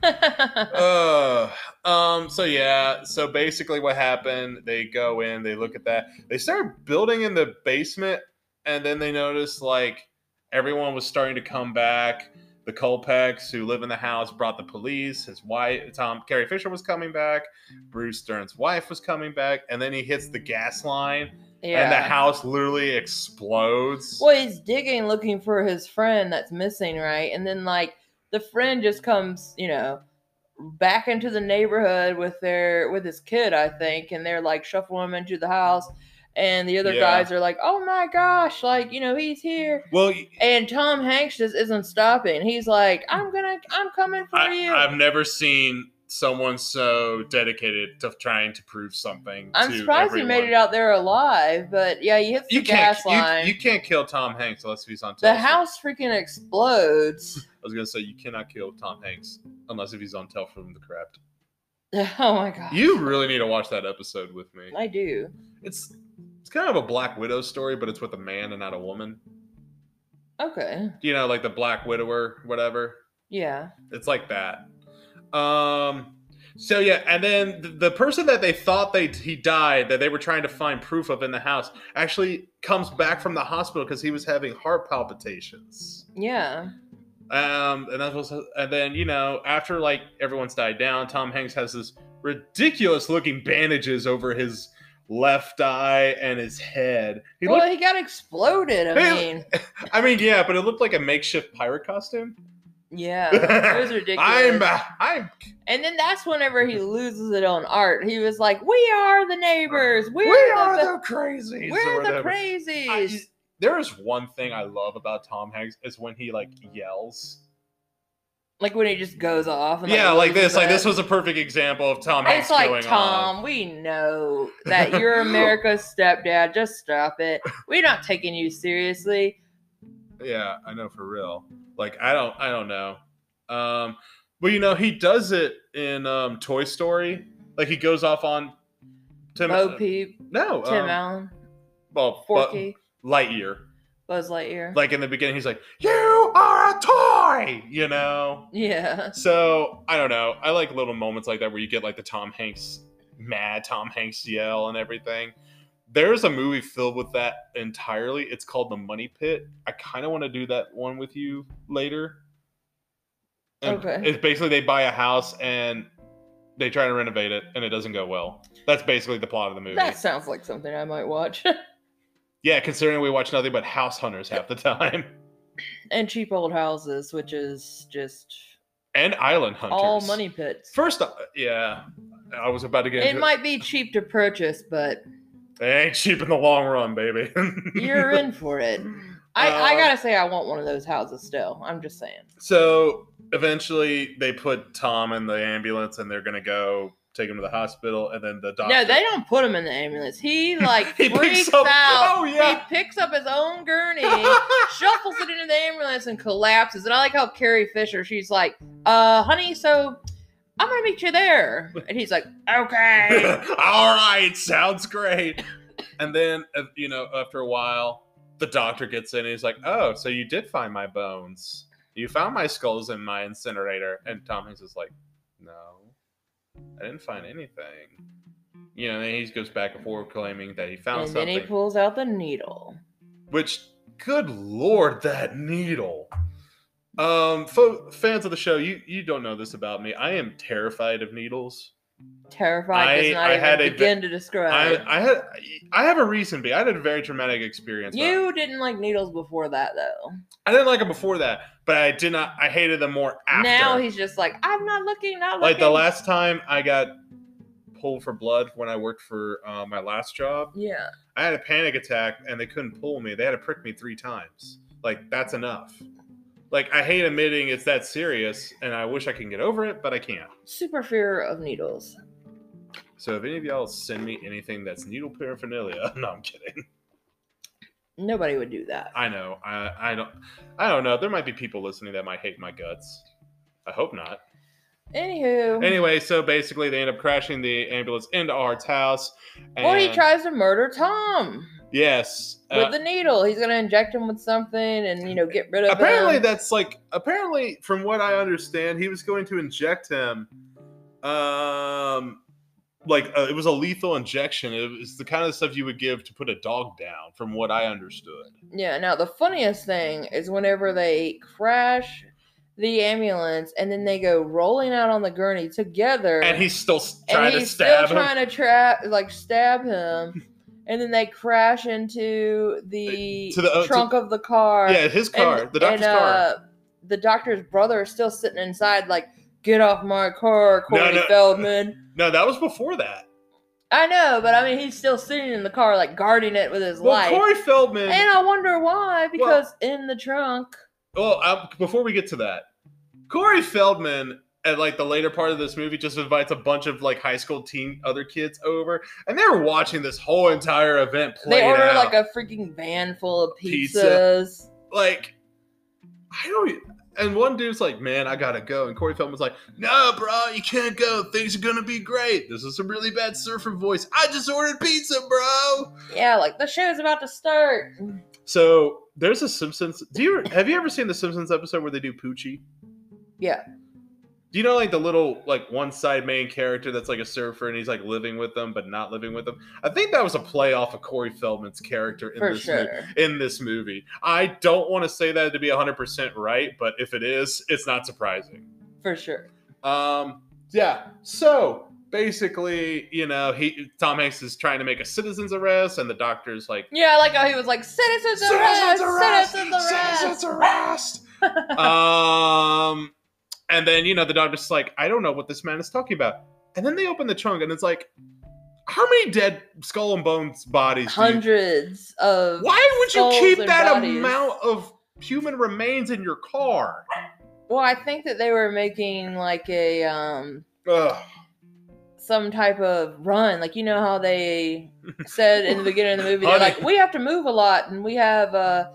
A: uh, um. So yeah. So basically, what happened? They go in. They look at that. They start building in the basement and then they noticed like everyone was starting to come back. The Colpecks who live in the house brought the police. His wife, Tom Carrie Fisher, was coming back. Bruce Stern's wife was coming back, and then he hits the gas line,
B: Yeah.
A: and the house literally explodes.
B: Well, he's digging looking for his friend that's missing, right? And then like the friend just comes, you know, back into the neighborhood with their with his kid, I think, and they're like shuffling him into the house. And the other
A: Yeah.
B: guys are like, "Oh my gosh, like, you know, he's here."
A: Well,
B: And Tom Hanks just isn't stopping. He's like, "I'm going to I'm coming for
A: I,
B: you."
A: I've never seen someone so dedicated to trying to prove something.
B: I'm
A: to
B: surprised
A: everyone.
B: he made it out there alive, but yeah, he hits the
A: You can't.
B: gas
A: you-
B: line.
A: You, can't kill Tom Hanks unless he's on.
B: the
A: Telford.
B: house freaking explodes.
A: I was gonna say you cannot kill Tom Hanks unless if he's on Telford from the Craft.
B: oh my god.
A: You really need to watch that episode with me.
B: I do.
A: It's it's kind of a Black Widow story, but it's with a man and not a woman.
B: Okay.
A: You know, like the Black Widower, whatever.
B: Yeah.
A: It's like that. Um. So yeah, and then the, the person that they thought they he died that they were trying to find proof of in the house actually comes back from the hospital because he was having heart palpitations.
B: Yeah.
A: Um, and that was, and then you know after like everyone's died down, Tom Hanks has this ridiculous looking bandages over his left eye and his head. He
B: well,
A: looked,
B: he got exploded. I
A: Hey,
B: mean,
A: I mean, yeah, but it looked like a makeshift pirate costume.
B: yeah. It was ridiculous.
A: I'm, I'm
B: and then that's whenever he loses it on art. He was like, We are the neighbors.
A: We
B: We're
A: are
B: the,
A: the crazies.
B: we're
A: or
B: the
A: whatever.
B: crazies.
A: I- there is one thing I love about Tom Hanks is when he like yells.
B: like when he just goes off. And,
A: yeah, like
B: loses
A: this. Like
B: it.
A: this was a perfect example of Tom Hanks
B: It's like
A: going
B: Tom,
A: off.
B: we know that you're America's stepdad. Just stop it. We're not taking you seriously.
A: Yeah, I know for real. Like I don't, I don't know. Um, but you know he does it in um Toy Story. Like he goes off on Tim. uh,
B: Bo Peep,
A: no,
B: Tim
A: um,
B: Allen,
A: well, but
B: Forky,
A: Lightyear.
B: Buzz Lightyear.
A: Like in the beginning, he's like, "You are a toy," you know.
B: yeah.
A: So I don't know. I like little moments like that where you get like the Tom Hanks mad Tom Hanks yell and everything. There's a movie filled with that entirely. It's called The Money Pit. I kind of want to do that one with you later. And
B: Okay.
A: It's basically they buy a house and they try to renovate it and it doesn't go well. That's basically the plot of the movie.
B: That sounds like something I might watch.
A: yeah, considering we watch nothing but house hunters half the time
B: and cheap old houses, which is just
A: and island hunters.
B: all money pits.
A: First, off- yeah, I was about to get
B: It
A: into
B: might be cheap to purchase, but
A: They ain't cheap in the long run, baby.
B: you're in for it. I, I
A: Uh,
B: gotta say, I want one of those houses still. I'm just saying.
A: So eventually, they put Tom in the ambulance, and they're gonna go take him to the hospital, and then the doctor.
B: No, they don't put him in the ambulance. He like
A: He
B: freaks
A: picks up.
B: out.
A: Oh yeah.
B: He picks up his own gurney, shuffles it into the ambulance, and collapses. And I like how Carrie Fisher, she's like, "Uh, honey, so I'm gonna meet you there," and he's like, "Okay."
A: All right, sounds great. And then uh, you know, after a while, the doctor gets in. and He's like, "Oh, so you did find my bones? You found my skulls in my incinerator?" And Tom Hanks is like, "No, I didn't find anything." You know, and he goes back and forth claiming that he found
B: and
A: something.
B: then he pulls out the needle.
A: which good lord that needle um fo- fans of the show you you don't know this about me i am terrified of needles
B: Terrified
A: I-
B: does not
A: I
B: even
A: had a ve-
B: begin to describe.
A: i i had i have a reason be i had a very traumatic experience with them.
B: you didn't like needles before that, though.
A: i didn't like them before that but i did not i hated them more after
B: Now he's just like, I'm not looking, not
A: like
B: looking.
A: the last time i got pulled for blood when i worked for uh, my last job
B: Yeah.
A: i had a panic attack and they couldn't pull me they had to prick me three times like that's enough like i hate admitting it's that serious and i wish i can get over it but i can't
B: Super fear of needles.
A: so if any of y'all send me anything that's needle paraphernalia no i'm kidding
B: Nobody would do that.
A: i know i i don't i don't know there might be people listening that might hate my guts i hope not
B: Anywho.
A: anyway so basically they end up crashing the ambulance into art's house and
B: well, he tries to murder Tom
A: yes
B: with
A: uh,
B: the needle. He's gonna inject him with something and you know get rid of
A: apparently
B: him.
A: that's like apparently from what i understand he was going to inject him um like uh, it was a lethal injection. It was the kind of stuff you would give to put a dog down, from what I understood.
B: Yeah. Now the funniest thing is whenever they crash the ambulance and then they go rolling out on the gurney together,
A: And he's still s-
B: and
A: trying to
B: he's
A: stab
B: still
A: him.
B: trying to trap, like stab him, and then they crash into the,
A: To the- uh, to-
B: trunk of the car.
A: yeah, his car, the doctor's
B: and,
A: car.
B: Uh, the doctor's brother is still sitting inside, like, "Get off my car,
A: No,
B: Corey
A: no.
B: Feldman."
A: No, that was before that.
B: I know, but I mean, he's still sitting in the car, like guarding it with his
A: Well,
B: life.
A: Corey Feldman.
B: and I wonder why,
A: Well-
B: because in the trunk,
A: well, uh, before we get to that, Corey Feldman at like the later part of this movie just invites a bunch of like high school teen other kids over, and they're watching this whole entire event play
B: they order
A: out.
B: like a freaking van full of
A: Pizza.
B: pizzas.
A: like I don't. e-, And one dude's like, "Man, I gotta go," and Corey Feldman's like, "No, bro, you can't go. Things are gonna be great." This is a really bad surfer voice. I just ordered pizza, bro.
B: Yeah, like the show's about to start.
A: So there's a Simpsons. Do you have you ever seen the Simpsons episode where they do Poochie?
B: Yeah.
A: Do you know like the little like one side main character that's like a surfer and he's like living with them but not living with them? I think that was a play off of Corey Feldman's character in
B: For
A: this
B: sure.
A: movie. in this movie. I don't want to say that to be 100% right, but if it is, it's not surprising.
B: For sure.
A: Um, yeah. So basically, you know, he Tom Hanks is trying to make a citizen's arrest, and the doctor's like,
B: Yeah, I like how he was like, citizens arrest! Citizens arrest!
A: Citizens arrest! um, and then you know the doctor's just like, I don't know what this man is talking about. And then they open the trunk, and it's like, how many dead skull and bones bodies? do you
B: Hundreds of.
A: Why would you
B: skulls
A: keep
B: and
A: that
B: bodies.
A: amount of human remains in your car?
B: Well, I think that they were making like a um
A: Ugh.
B: some type of run. Like you know how they said in the beginning of the movie, they're
A: Honey.
B: like, we have to move a lot, and we have uh,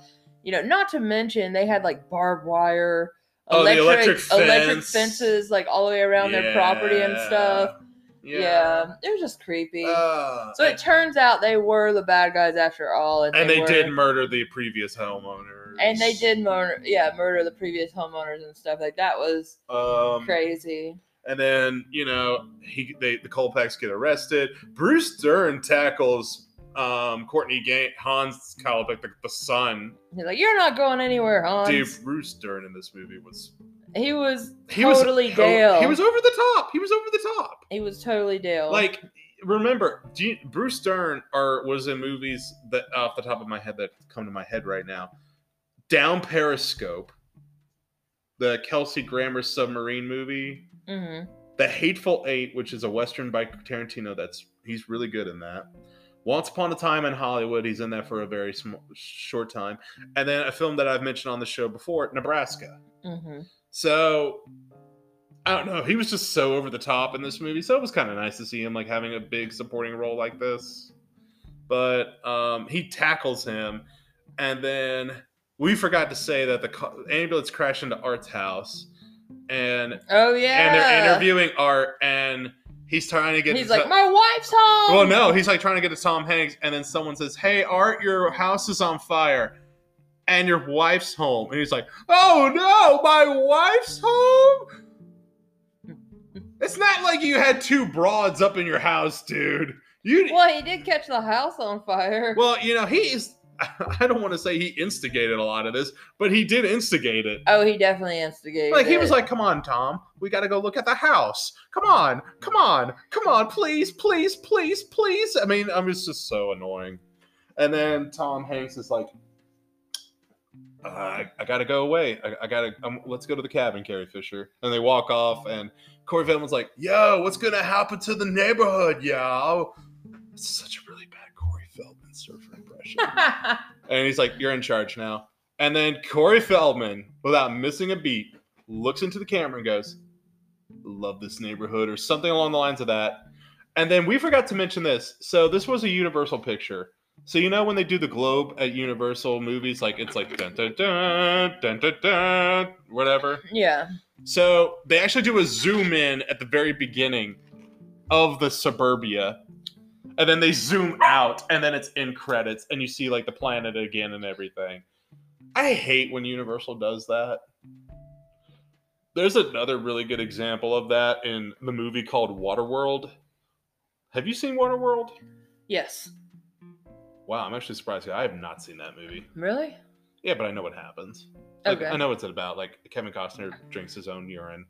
B: you know, not to mention they had like barbed wire,
A: Oh, the electric
B: electric
A: fence.
B: fences, like all the way around their property and stuff. Yeah. it was just creepy.
A: Uh,
B: so it turns out they were the bad guys after all, and,
A: and they
B: were-
A: did murder the previous homeowners.
B: And they did murder, yeah, murder the previous homeowners and stuff. Like that was
A: Um,
B: crazy.
A: and then you know he they the Colpacks get arrested. Bruce Dern tackles um, Courtney Ga- Hans Kalbeck, the, the son.
B: He's like, "You're not going anywhere, Hans."
A: Dude, Bruce Dern in this movie was
B: he was
A: he
B: Totally
A: was
B: Dale.
A: He was over the top. He was over the top.
B: he was totally Dale.
A: Like, remember, do you- Bruce Dern or was in movies that off the top of my head that come to my head right now. Down Periscope, the Kelsey Grammer submarine movie,
B: hmm
A: The Hateful Eight, which is a western by Tarantino. That's he's really good in that. Once Upon a Time in Hollywood, he's in that for a very sm- short time, and then a film that I've mentioned on the show before, Nebraska.
B: hmm
A: So I don't know. He was just so over the top in this movie, so it was kind of nice to see him like having a big supporting role like this. But um, he tackles him, and then we forgot to say that the ca- ambulance crashed into Art's house, and
B: Oh yeah.
A: and they're interviewing Art, and he's trying to get.
B: He's
A: to-
B: like, "My wife's home."
A: well, no, he's like trying to get to Tom Hanks, and then someone says, "Hey, Art, your house is on fire, and your wife's home." And he's like, "Oh no, my wife's home." It's not like you had two broads up in your house, dude. You
B: Well, he did catch the house on fire.
A: well, you know, he's. I don't want to say he instigated a lot of this, but he did instigate it.
B: oh, he definitely instigated.
A: Like he was
B: it.
A: like, "Come on, Tom, we got to go look at the house. Come on, come on, come on, please, please, please, please." I mean, I'm it's just so annoying. And then Tom Hanks is like, uh, "I, I got to go away. I, I got to. Um, let's go to the cabin, Carrie Fisher." And they walk off, and Corey Feldman's like, "Yo, what's gonna happen to the neighborhood, yo?" It's such a really bad Corey Feldman surfer impression. And he's like, You're in charge now. And then Corey Feldman, without missing a beat, looks into the camera and goes, Love this neighborhood, or something along the lines of that. And then we forgot to mention this. So this was a Universal picture. So you know when they do the globe at Universal movies, like it's like dun dun dun dun dun dun whatever.
B: yeah.
A: So they actually do a zoom in at the very beginning of the suburbia, and then they zoom out, and then it's in credits, and you see like the planet again and everything. I hate when Universal does that. There's another really good example of that in the movie called Waterworld. Have you seen Waterworld?
B: Yes.
A: Wow, I'm actually surprised. I have not seen that movie.
B: Really?
A: Yeah, but I know what happens. Like,
B: Okay.
A: I know what's it about. Like Kevin Costner drinks his own urine.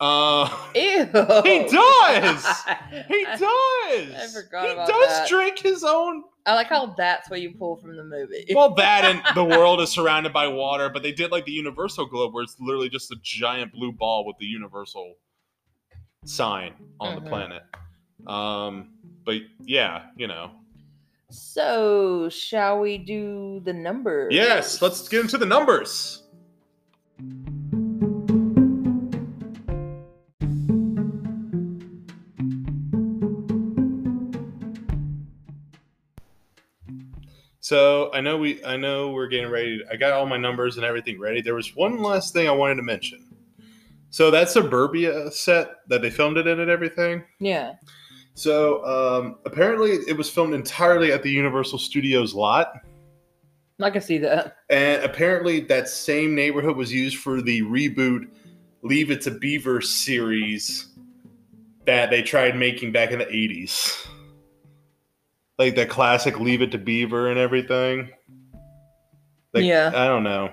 A: Uh,
B: Ew.
A: He does! he
B: I-
A: does. I
B: forgot
A: He
B: about
A: does
B: that.
A: drink his own.
B: I like how that's what you pull from the movie.
A: Well, that and the world is surrounded by water, but they did like the universal globe where it's literally just a giant blue ball with the universal sign on
B: Mhm.
A: the planet. Um, but yeah, you know.
B: so, shall we do the numbers?
A: Yes, let's get into the numbers. So I know we I know we're getting ready. I got all my numbers and everything ready. There was one last thing I wanted to mention. So that suburbia set that they filmed it in and everything.
B: Yeah.
A: So um, apparently it was filmed entirely at the Universal Studios lot.
B: I can see that.
A: And apparently, that same neighborhood was used for the reboot Leave It to Beaver series that they tried making back in the 80s. Like the classic Leave It to Beaver and everything. Like,
B: Yeah.
A: I don't know.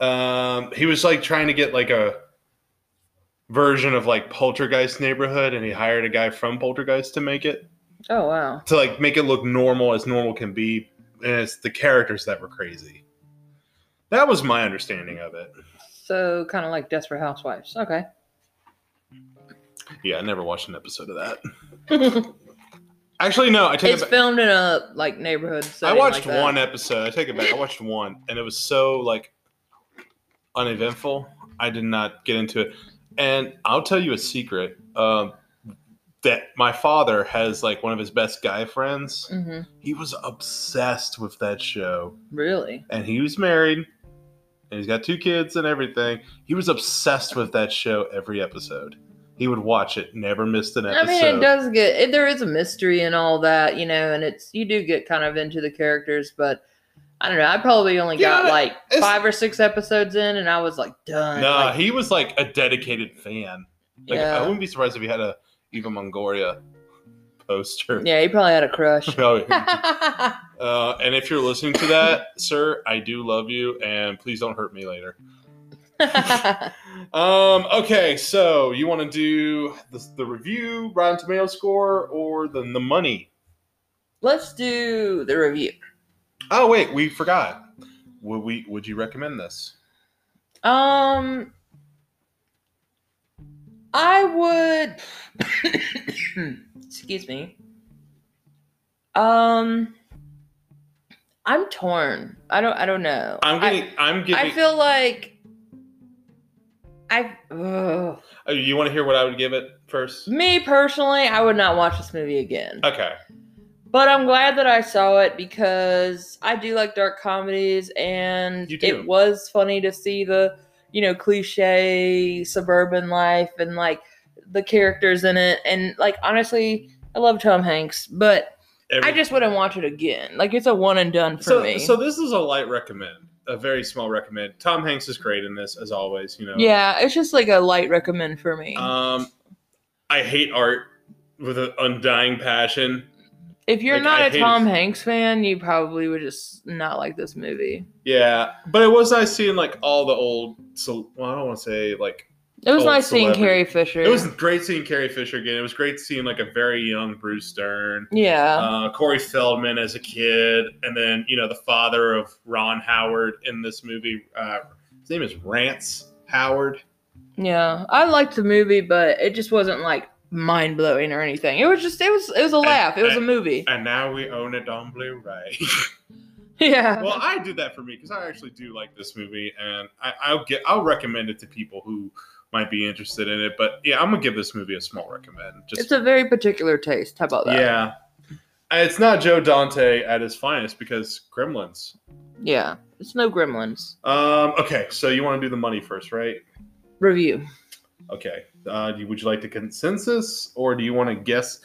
A: Um, he was like trying to get like a version of like Poltergeist neighborhood, and he hired a guy from Poltergeist to make it
B: Oh, wow.
A: to like make it look normal as normal can be. And it's the characters that were crazy. That was my understanding of it.
B: So, kind of like Desperate Housewives. Okay.
A: Yeah, I never watched an episode of that. Actually, no, I take
B: it's
A: it back.
B: filmed in a like neighborhood.
A: I
B: setting
A: watched
B: like that.
A: one episode. I take it back. I watched one, and it was so like uneventful. I did not get into it. And I'll tell you a secret um, that my father has like one of his best guy friends.
B: Mhm.
A: He was obsessed with that show.
B: Really?
A: and he was married and he's got two kids and everything. He was obsessed with that show every episode. He would watch it, never missed an
B: I
A: episode.
B: mean, it does get it, there is a mystery and all that, you know, and it's you do get kind of into the characters, but I don't know. I probably only
A: Yeah,
B: got like
A: it's-
B: five or six episodes in, and I was like done.
A: no,
B: like,
A: he was like a dedicated fan. Like I
B: yeah,
A: wouldn't be surprised if he had a Eva Longoria poster.
B: yeah, he probably had a crush.
A: Oh, uh, and if you're listening to that, sir, I do love you, and please don't hurt me later. Um. Okay. So you want to do the, the review, Rotten Tomato score, or the the money?
B: Let's do the review.
A: Oh wait, we forgot. Would we would you recommend this?
B: Um, I would. excuse me. Um, I'm torn. I don't. I don't know.
A: I'm getting I, am
B: I,
A: giving
B: I feel like I. Ugh.
A: oh, you want to hear what I would give it first?
B: Me personally, I would not watch this movie again.
A: Okay.
B: But I'm glad that I saw it because I do like dark comedies, and
A: You do.
B: it was funny to see the, you know, cliche suburban life and like the characters in it. And like, honestly, I love Tom Hanks, but
A: Every-
B: I just wouldn't watch it again. Like, it's a one and done for
A: so
B: me.
A: so this is a light recommend, a very small recommend. Tom Hanks is great in this as always, you know.
B: yeah, it's just like a light recommend for me.
A: Um I hate art with an undying passion.
B: if you're
A: like,
B: not
A: I
B: a
A: hate
B: Tom
A: it.
B: Hanks fan, you probably would just not like this movie.
A: Yeah, but it was nice seeing like all the old so well, I don't want to say like
B: It was
A: Old
B: nice seeing
A: Oh, celebrity.
B: Carrie Fisher.
A: it was great seeing Carrie Fisher again. It was great seeing like a very young Bruce Stern.
B: yeah.
A: uh, Corey Feldman as a kid, and then you know the father of Ron Howard in this movie. Uh, his name is Rance Howard.
B: Yeah, I liked the movie, but it just wasn't like mind blowing or anything. It was just it was it was a laugh. It was a movie.
A: And now we own it on Blu-ray.
B: Yeah.
A: well, I did that for me because I actually do like this movie, and I, I'll get I'll recommend it to people who might be interested in it. But yeah, I'm gonna give this movie a small recommend.
B: It's
A: Just
B: a very particular taste. How about that?
A: yeah, it's not Joe Dante at his finest because Gremlins.
B: Yeah. It's no gremlins.
A: Um, okay, so you want to do the money first, right?
B: Review.
A: Okay. Uh, do you- would you like the consensus, or do you want to guess?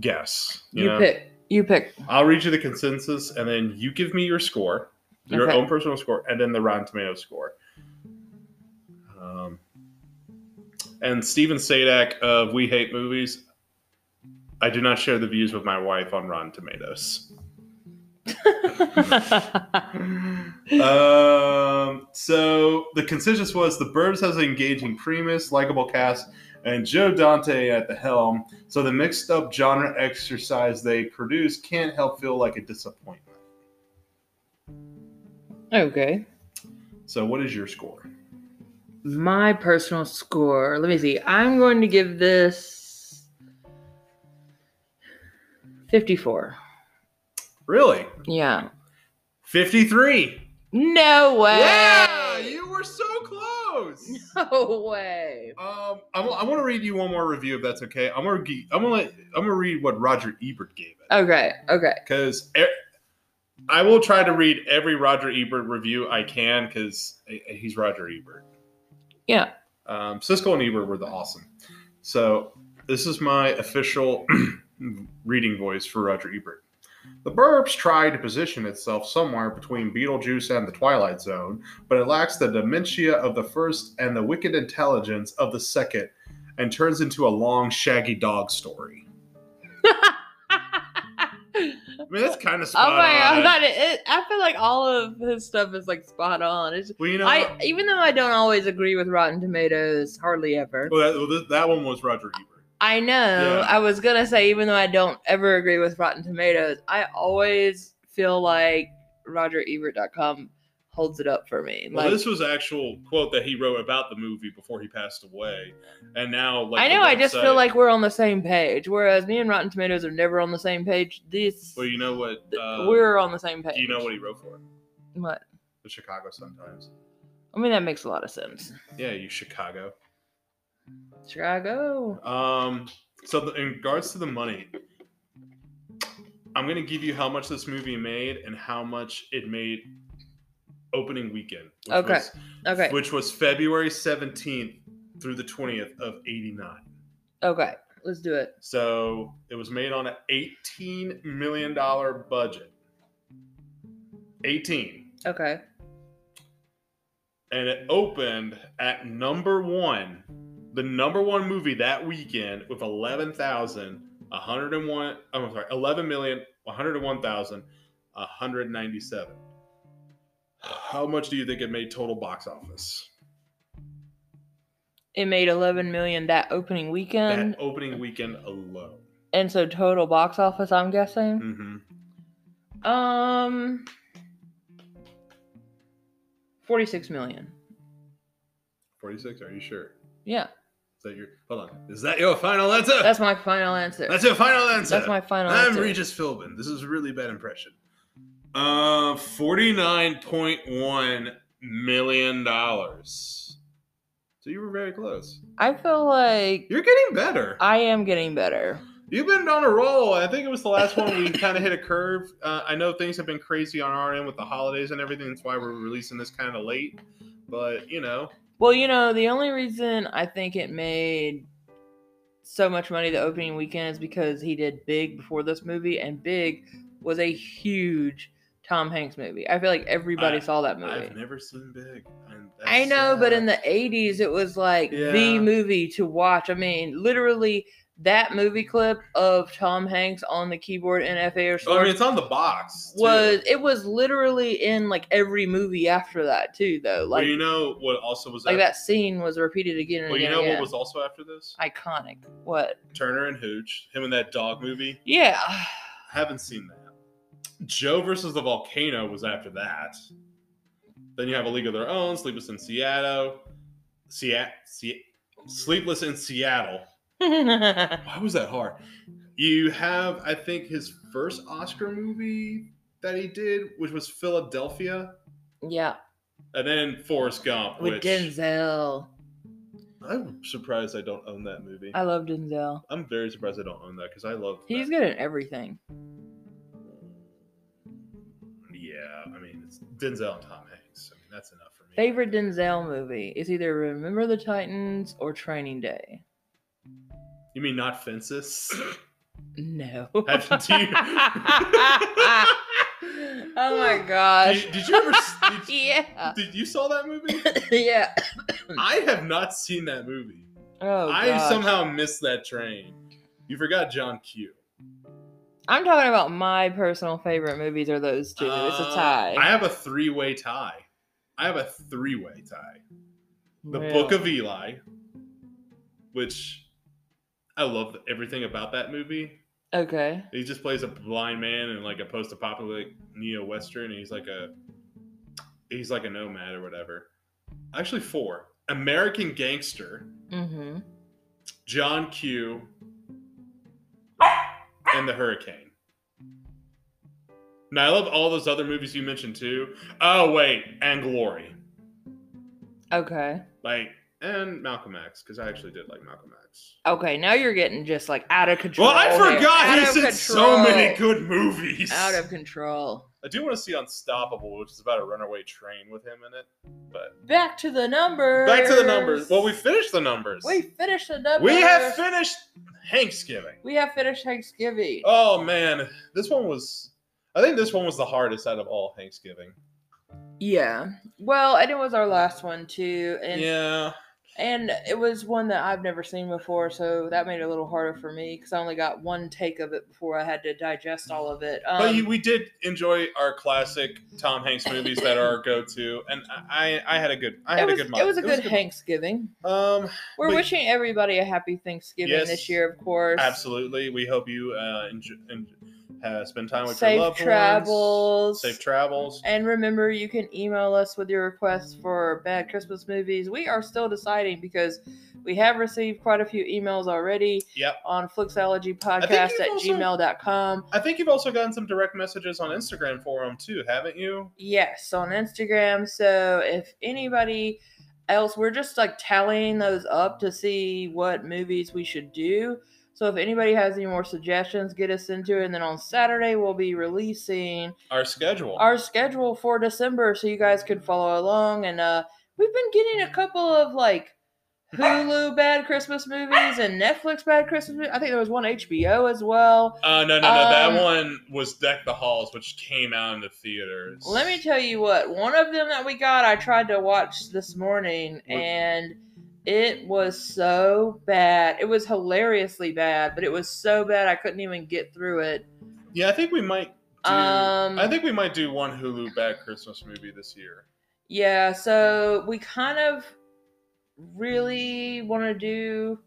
A: Guess.
B: You,
A: know?
B: pick. You pick.
A: I'll read you the consensus, and then you give me your score, your
B: Okay.
A: own personal score, and then the Rotten Tomato score. Um, and Steven Sadak of We Hate Movies I do not share the views with my wife on Rotten Tomatoes. Um, so the consensus was the Burbs has an engaging premise, likable cast, and Joe Dante at the helm. So the mixed up genre exercise they produce can't help feel like a disappointment.
B: okay.
A: So what is your score?
B: My personal score. Let me see. I'm going to give this 54.
A: Really?
B: Yeah.
A: 53.
B: No way.
A: Yeah, you were so close.
B: no way.
A: Um, I want to read you one more review if that's okay. I'm gonna ge- I'm gonna let- I'm gonna read what Roger Ebert gave it e,
B: Okay. Okay.
A: because I will try to read every Roger Ebert review I can because he's Roger Ebert.
B: Yeah.
A: Um, Siskel and Ebert were the awesome. So this is my official reading voice for Roger Ebert. The Burbs tried to position itself somewhere between Beetlejuice and the Twilight Zone, but it lacks the dementia of the first and the wicked intelligence of the second, and turns into a long, shaggy dog story. I mean, that's kind of spot
B: oh my
A: on.
B: god, that is- it, I feel like all of his stuff is like spot on. It's,
A: well, you know,
B: I even though I don't always agree with Rotten Tomatoes, hardly ever.
A: well, that, well, th- that one was Roger Ebert.
B: I know.
A: Yeah.
B: I was gonna say even though I don't ever agree with Rotten Tomatoes, I always feel like RogerEbert.com holds it up for me.
A: Well,
B: Like
A: this was actual quote that he wrote about the movie before he passed away, and now like
B: I
A: the
B: know. I just feel
A: website-
B: like we're on the same page, whereas me and Rotten Tomatoes are never on the same page. This
A: Well, you know what? Uh,
B: we're on the same page.
A: do you know what he wrote for? it?
B: What?
A: The Chicago Sun Times.
B: I mean, that makes a lot of sense.
A: Yeah, you Chicago.
B: Chicago.
A: Um, so the, in regards to the money, I'm gonna give you how much this movie made and how much it made opening weekend. Which
B: Okay.
A: Was,
B: Okay.
A: Which was February 17th through the 20th of '89.
B: Okay. Let's do it.
A: So it was made on an $18 million budget. 18.
B: Okay.
A: And it opened at number one, the number one movie that weekend with 11,101, I'm sorry, 11 million, 101,197. How much do you think it made total box office?
B: It made 11 million that opening weekend,
A: that opening weekend alone.
B: and so total box office, I'm guessing.
A: Mm-hmm. Mm.
B: Um, 46 million.
A: 46, are you sure? Is
B: Yeah,
A: that your, hold on. Is that your final answer?
B: that's my final answer.
A: That's your final answer.
B: That's my final
A: I'm
B: answer.
A: Regis Philbin. This is a really bad impression. Uh, forty-nine point one million dollars. So you were very close.
B: I feel like
A: You're getting better.
B: I am getting better.
A: You've been on a roll. I think it was the last one we kind of hit a curve. Uh, I know things have been crazy on our end with the holidays and everything. That's why we're releasing this kind of late. But you know,
B: Well, you know, the only reason I think it made so much money the opening weekend is because he did Big before this movie, and Big was a huge Tom Hanks movie. I feel like everybody
A: I-
B: saw that movie.
A: I've never seen Big. and that's
B: I know, but in
A: sad.
B: the 80s, it was like
A: Yeah.
B: the movie to watch. I mean, literally, that movie clip of Tom Hanks on the keyboard in F.A. or
A: Well, Oh, I mean,
B: Schwartz
A: it's on the box. too.
B: was it was literally in like every movie after that too, though.
A: Well,
B: Like
A: you know what also was
B: like
A: after-
B: that scene was repeated again and
A: Well, you
B: again.
A: know
B: and
A: what was also after this?
B: again. iconic? What?
A: Turner and Hooch, him and that
B: Oh.
A: dog movie.
B: Yeah.
A: Haven't seen that. Joe versus the Volcano was after that. Then you have A League of Their Own, Sleepless in Seattle, Seattle, Sleepless in Seattle. Why was that hard? You have, I think, his first Oscar movie that he did, which was Philadelphia,
B: yeah,
A: and then Forrest Gump.
B: with
A: which
B: Denzel.
A: I'm surprised I don't own that movie.
B: I love Denzel.
A: I'm very surprised I don't own that because I love. that
B: He's good at everything.
A: Yeah, I mean it's Denzel and Tom Hanks. I mean that's enough for me.
B: Favorite Denzel movie is either Remember the Titans or Training Day.
A: You mean not fences?
B: No.
A: Have- do you-
B: oh my gosh.
A: Did, did you ever? s- Did,
B: yeah.
A: did you saw that movie?
B: yeah.
A: I have not seen that movie.
B: Oh,
A: I
B: gosh.
A: somehow missed that train. You forgot John Q.
B: I'm talking about my personal favorite movies are those two. it's a
A: Uh,
B: tie.
A: I have a three way tie. I have a three way tie. The Book of Eli, which I love everything about that movie.
B: Okay.
A: He just plays a blind man in like a post-apocalyptic neo-western. And he's like a he's like a nomad or whatever. Actually, four American Gangster,
B: Mm-hmm.
A: John Q, and The Hurricane. Now I love all those other movies you mentioned too. Oh wait, and Glory,
B: Okay.
A: like and Malcolm X because I actually did like Malcolm X.
B: Okay. Now you're getting just like out of control.
A: Well, I
B: there.
A: forgot
B: Out
A: he
B: of
A: said so many
B: control.
A: good movies.
B: Out of control.
A: I do want to see Unstoppable, which is about a runaway train with him in it. But
B: Back to the numbers.
A: back to the numbers. Well, we finished the numbers.
B: we finished the numbers.
A: We have finished Thanksgiving.
B: we have finished Thanksgiving.
A: Oh man, this one was. I think this one was the hardest out of all Thanksgiving.
B: Yeah. Well, and it was our last one too, and
A: yeah,
B: and it was one that I've never seen before, so that made it a little harder for me because I only got one take of it before I had to digest all of it. Um,
A: but you, we did enjoy our classic Tom Hanks movies that are our go-to, and I, I I had a good, I
B: it
A: had
B: was,
A: a good month.
B: It was a good
A: month.
B: Thanksgiving.
A: Um,
B: We're
A: But-
B: wishing everybody a happy Thanksgiving
A: Yes.
B: this year, of course.
A: absolutely. We hope you uh, enjoy, and uh, spend time with your
B: Safe
A: loved ones.
B: travels.
A: Safe travels.
B: And remember, you can email us with your requests for bad Christmas movies. We are still deciding because we have received quite a few emails already
A: Yep.
B: on flixologypodcast
A: I
B: at
A: think you've also-
B: gmail.com.
A: I think you've also gotten some direct messages on Instagram for them too, haven't you?
B: Yes, on Instagram. So if anybody else, we're just like tallying those up to see what movies we should do. So if anybody has any more suggestions, get us into it. And then on Saturday, we'll be releasing
A: Our schedule.
B: our schedule for December so you guys can follow along. And uh, we've been getting a couple of like Hulu bad Christmas movies and Netflix bad Christmas movies. I think there was one HBO as well.
A: uh, no, no, no.
B: um,
A: that one was Deck the Halls, which came out in the theaters.
B: Let me tell you what, one of them that we got, I tried to watch this morning
A: What-
B: and it was so bad. It was hilariously bad, but it was so bad I couldn't even get through it.
A: Yeah, I think we might. Do,
B: Um,
A: I think we might do one Hulu bad Christmas movie this year.
B: Yeah, so we kind of really want to do.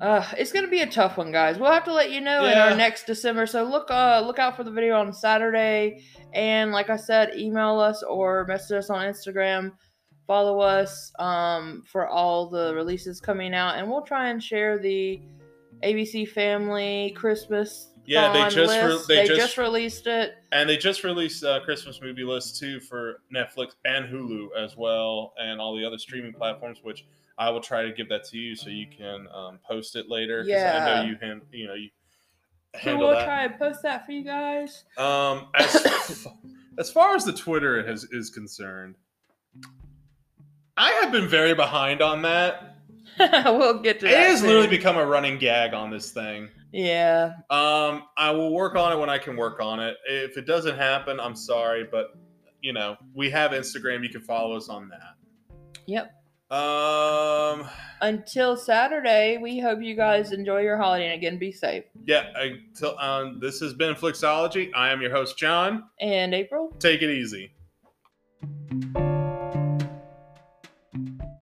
B: Uh, it's gonna be a tough one, guys. We'll have to let you know in
A: Yeah.
B: our next December. So look, uh, look out for the video on Saturday, and like I said, email us or message us on Instagram. Follow us um, for all the releases coming out, and we'll try and share the ABC Family Christmas.
A: Yeah, they
B: Thon
A: just re-
B: list.
A: they
B: they
A: just-
B: just released it.
A: And they just released uh, Christmas movie list too for Netflix and Hulu as well, and all the other streaming platforms. Which I will try to give that to you so you can um, post it later. 'cause I
B: Yeah.
A: know you hand, you know you.
B: So
A: handle
B: we'll
A: that.
B: try and post that for you guys.
A: Um, as, as far as the Twitter has, is concerned, I have been very behind on that.
B: we'll get to
A: It
B: that
A: has literally
B: soon.
A: become a running gag on this thing.
B: Yeah.
A: Um, I will work on it when I can work on it. If it doesn't happen, I'm sorry, but you know we have Instagram. You can follow us on that.
B: Yep.
A: Um,
B: Until Saturday, we hope you guys enjoy your holiday and again be safe.
A: yeah. I, till, um, this has been Flixology. I am your host, John.
B: And April.
A: Take it easy.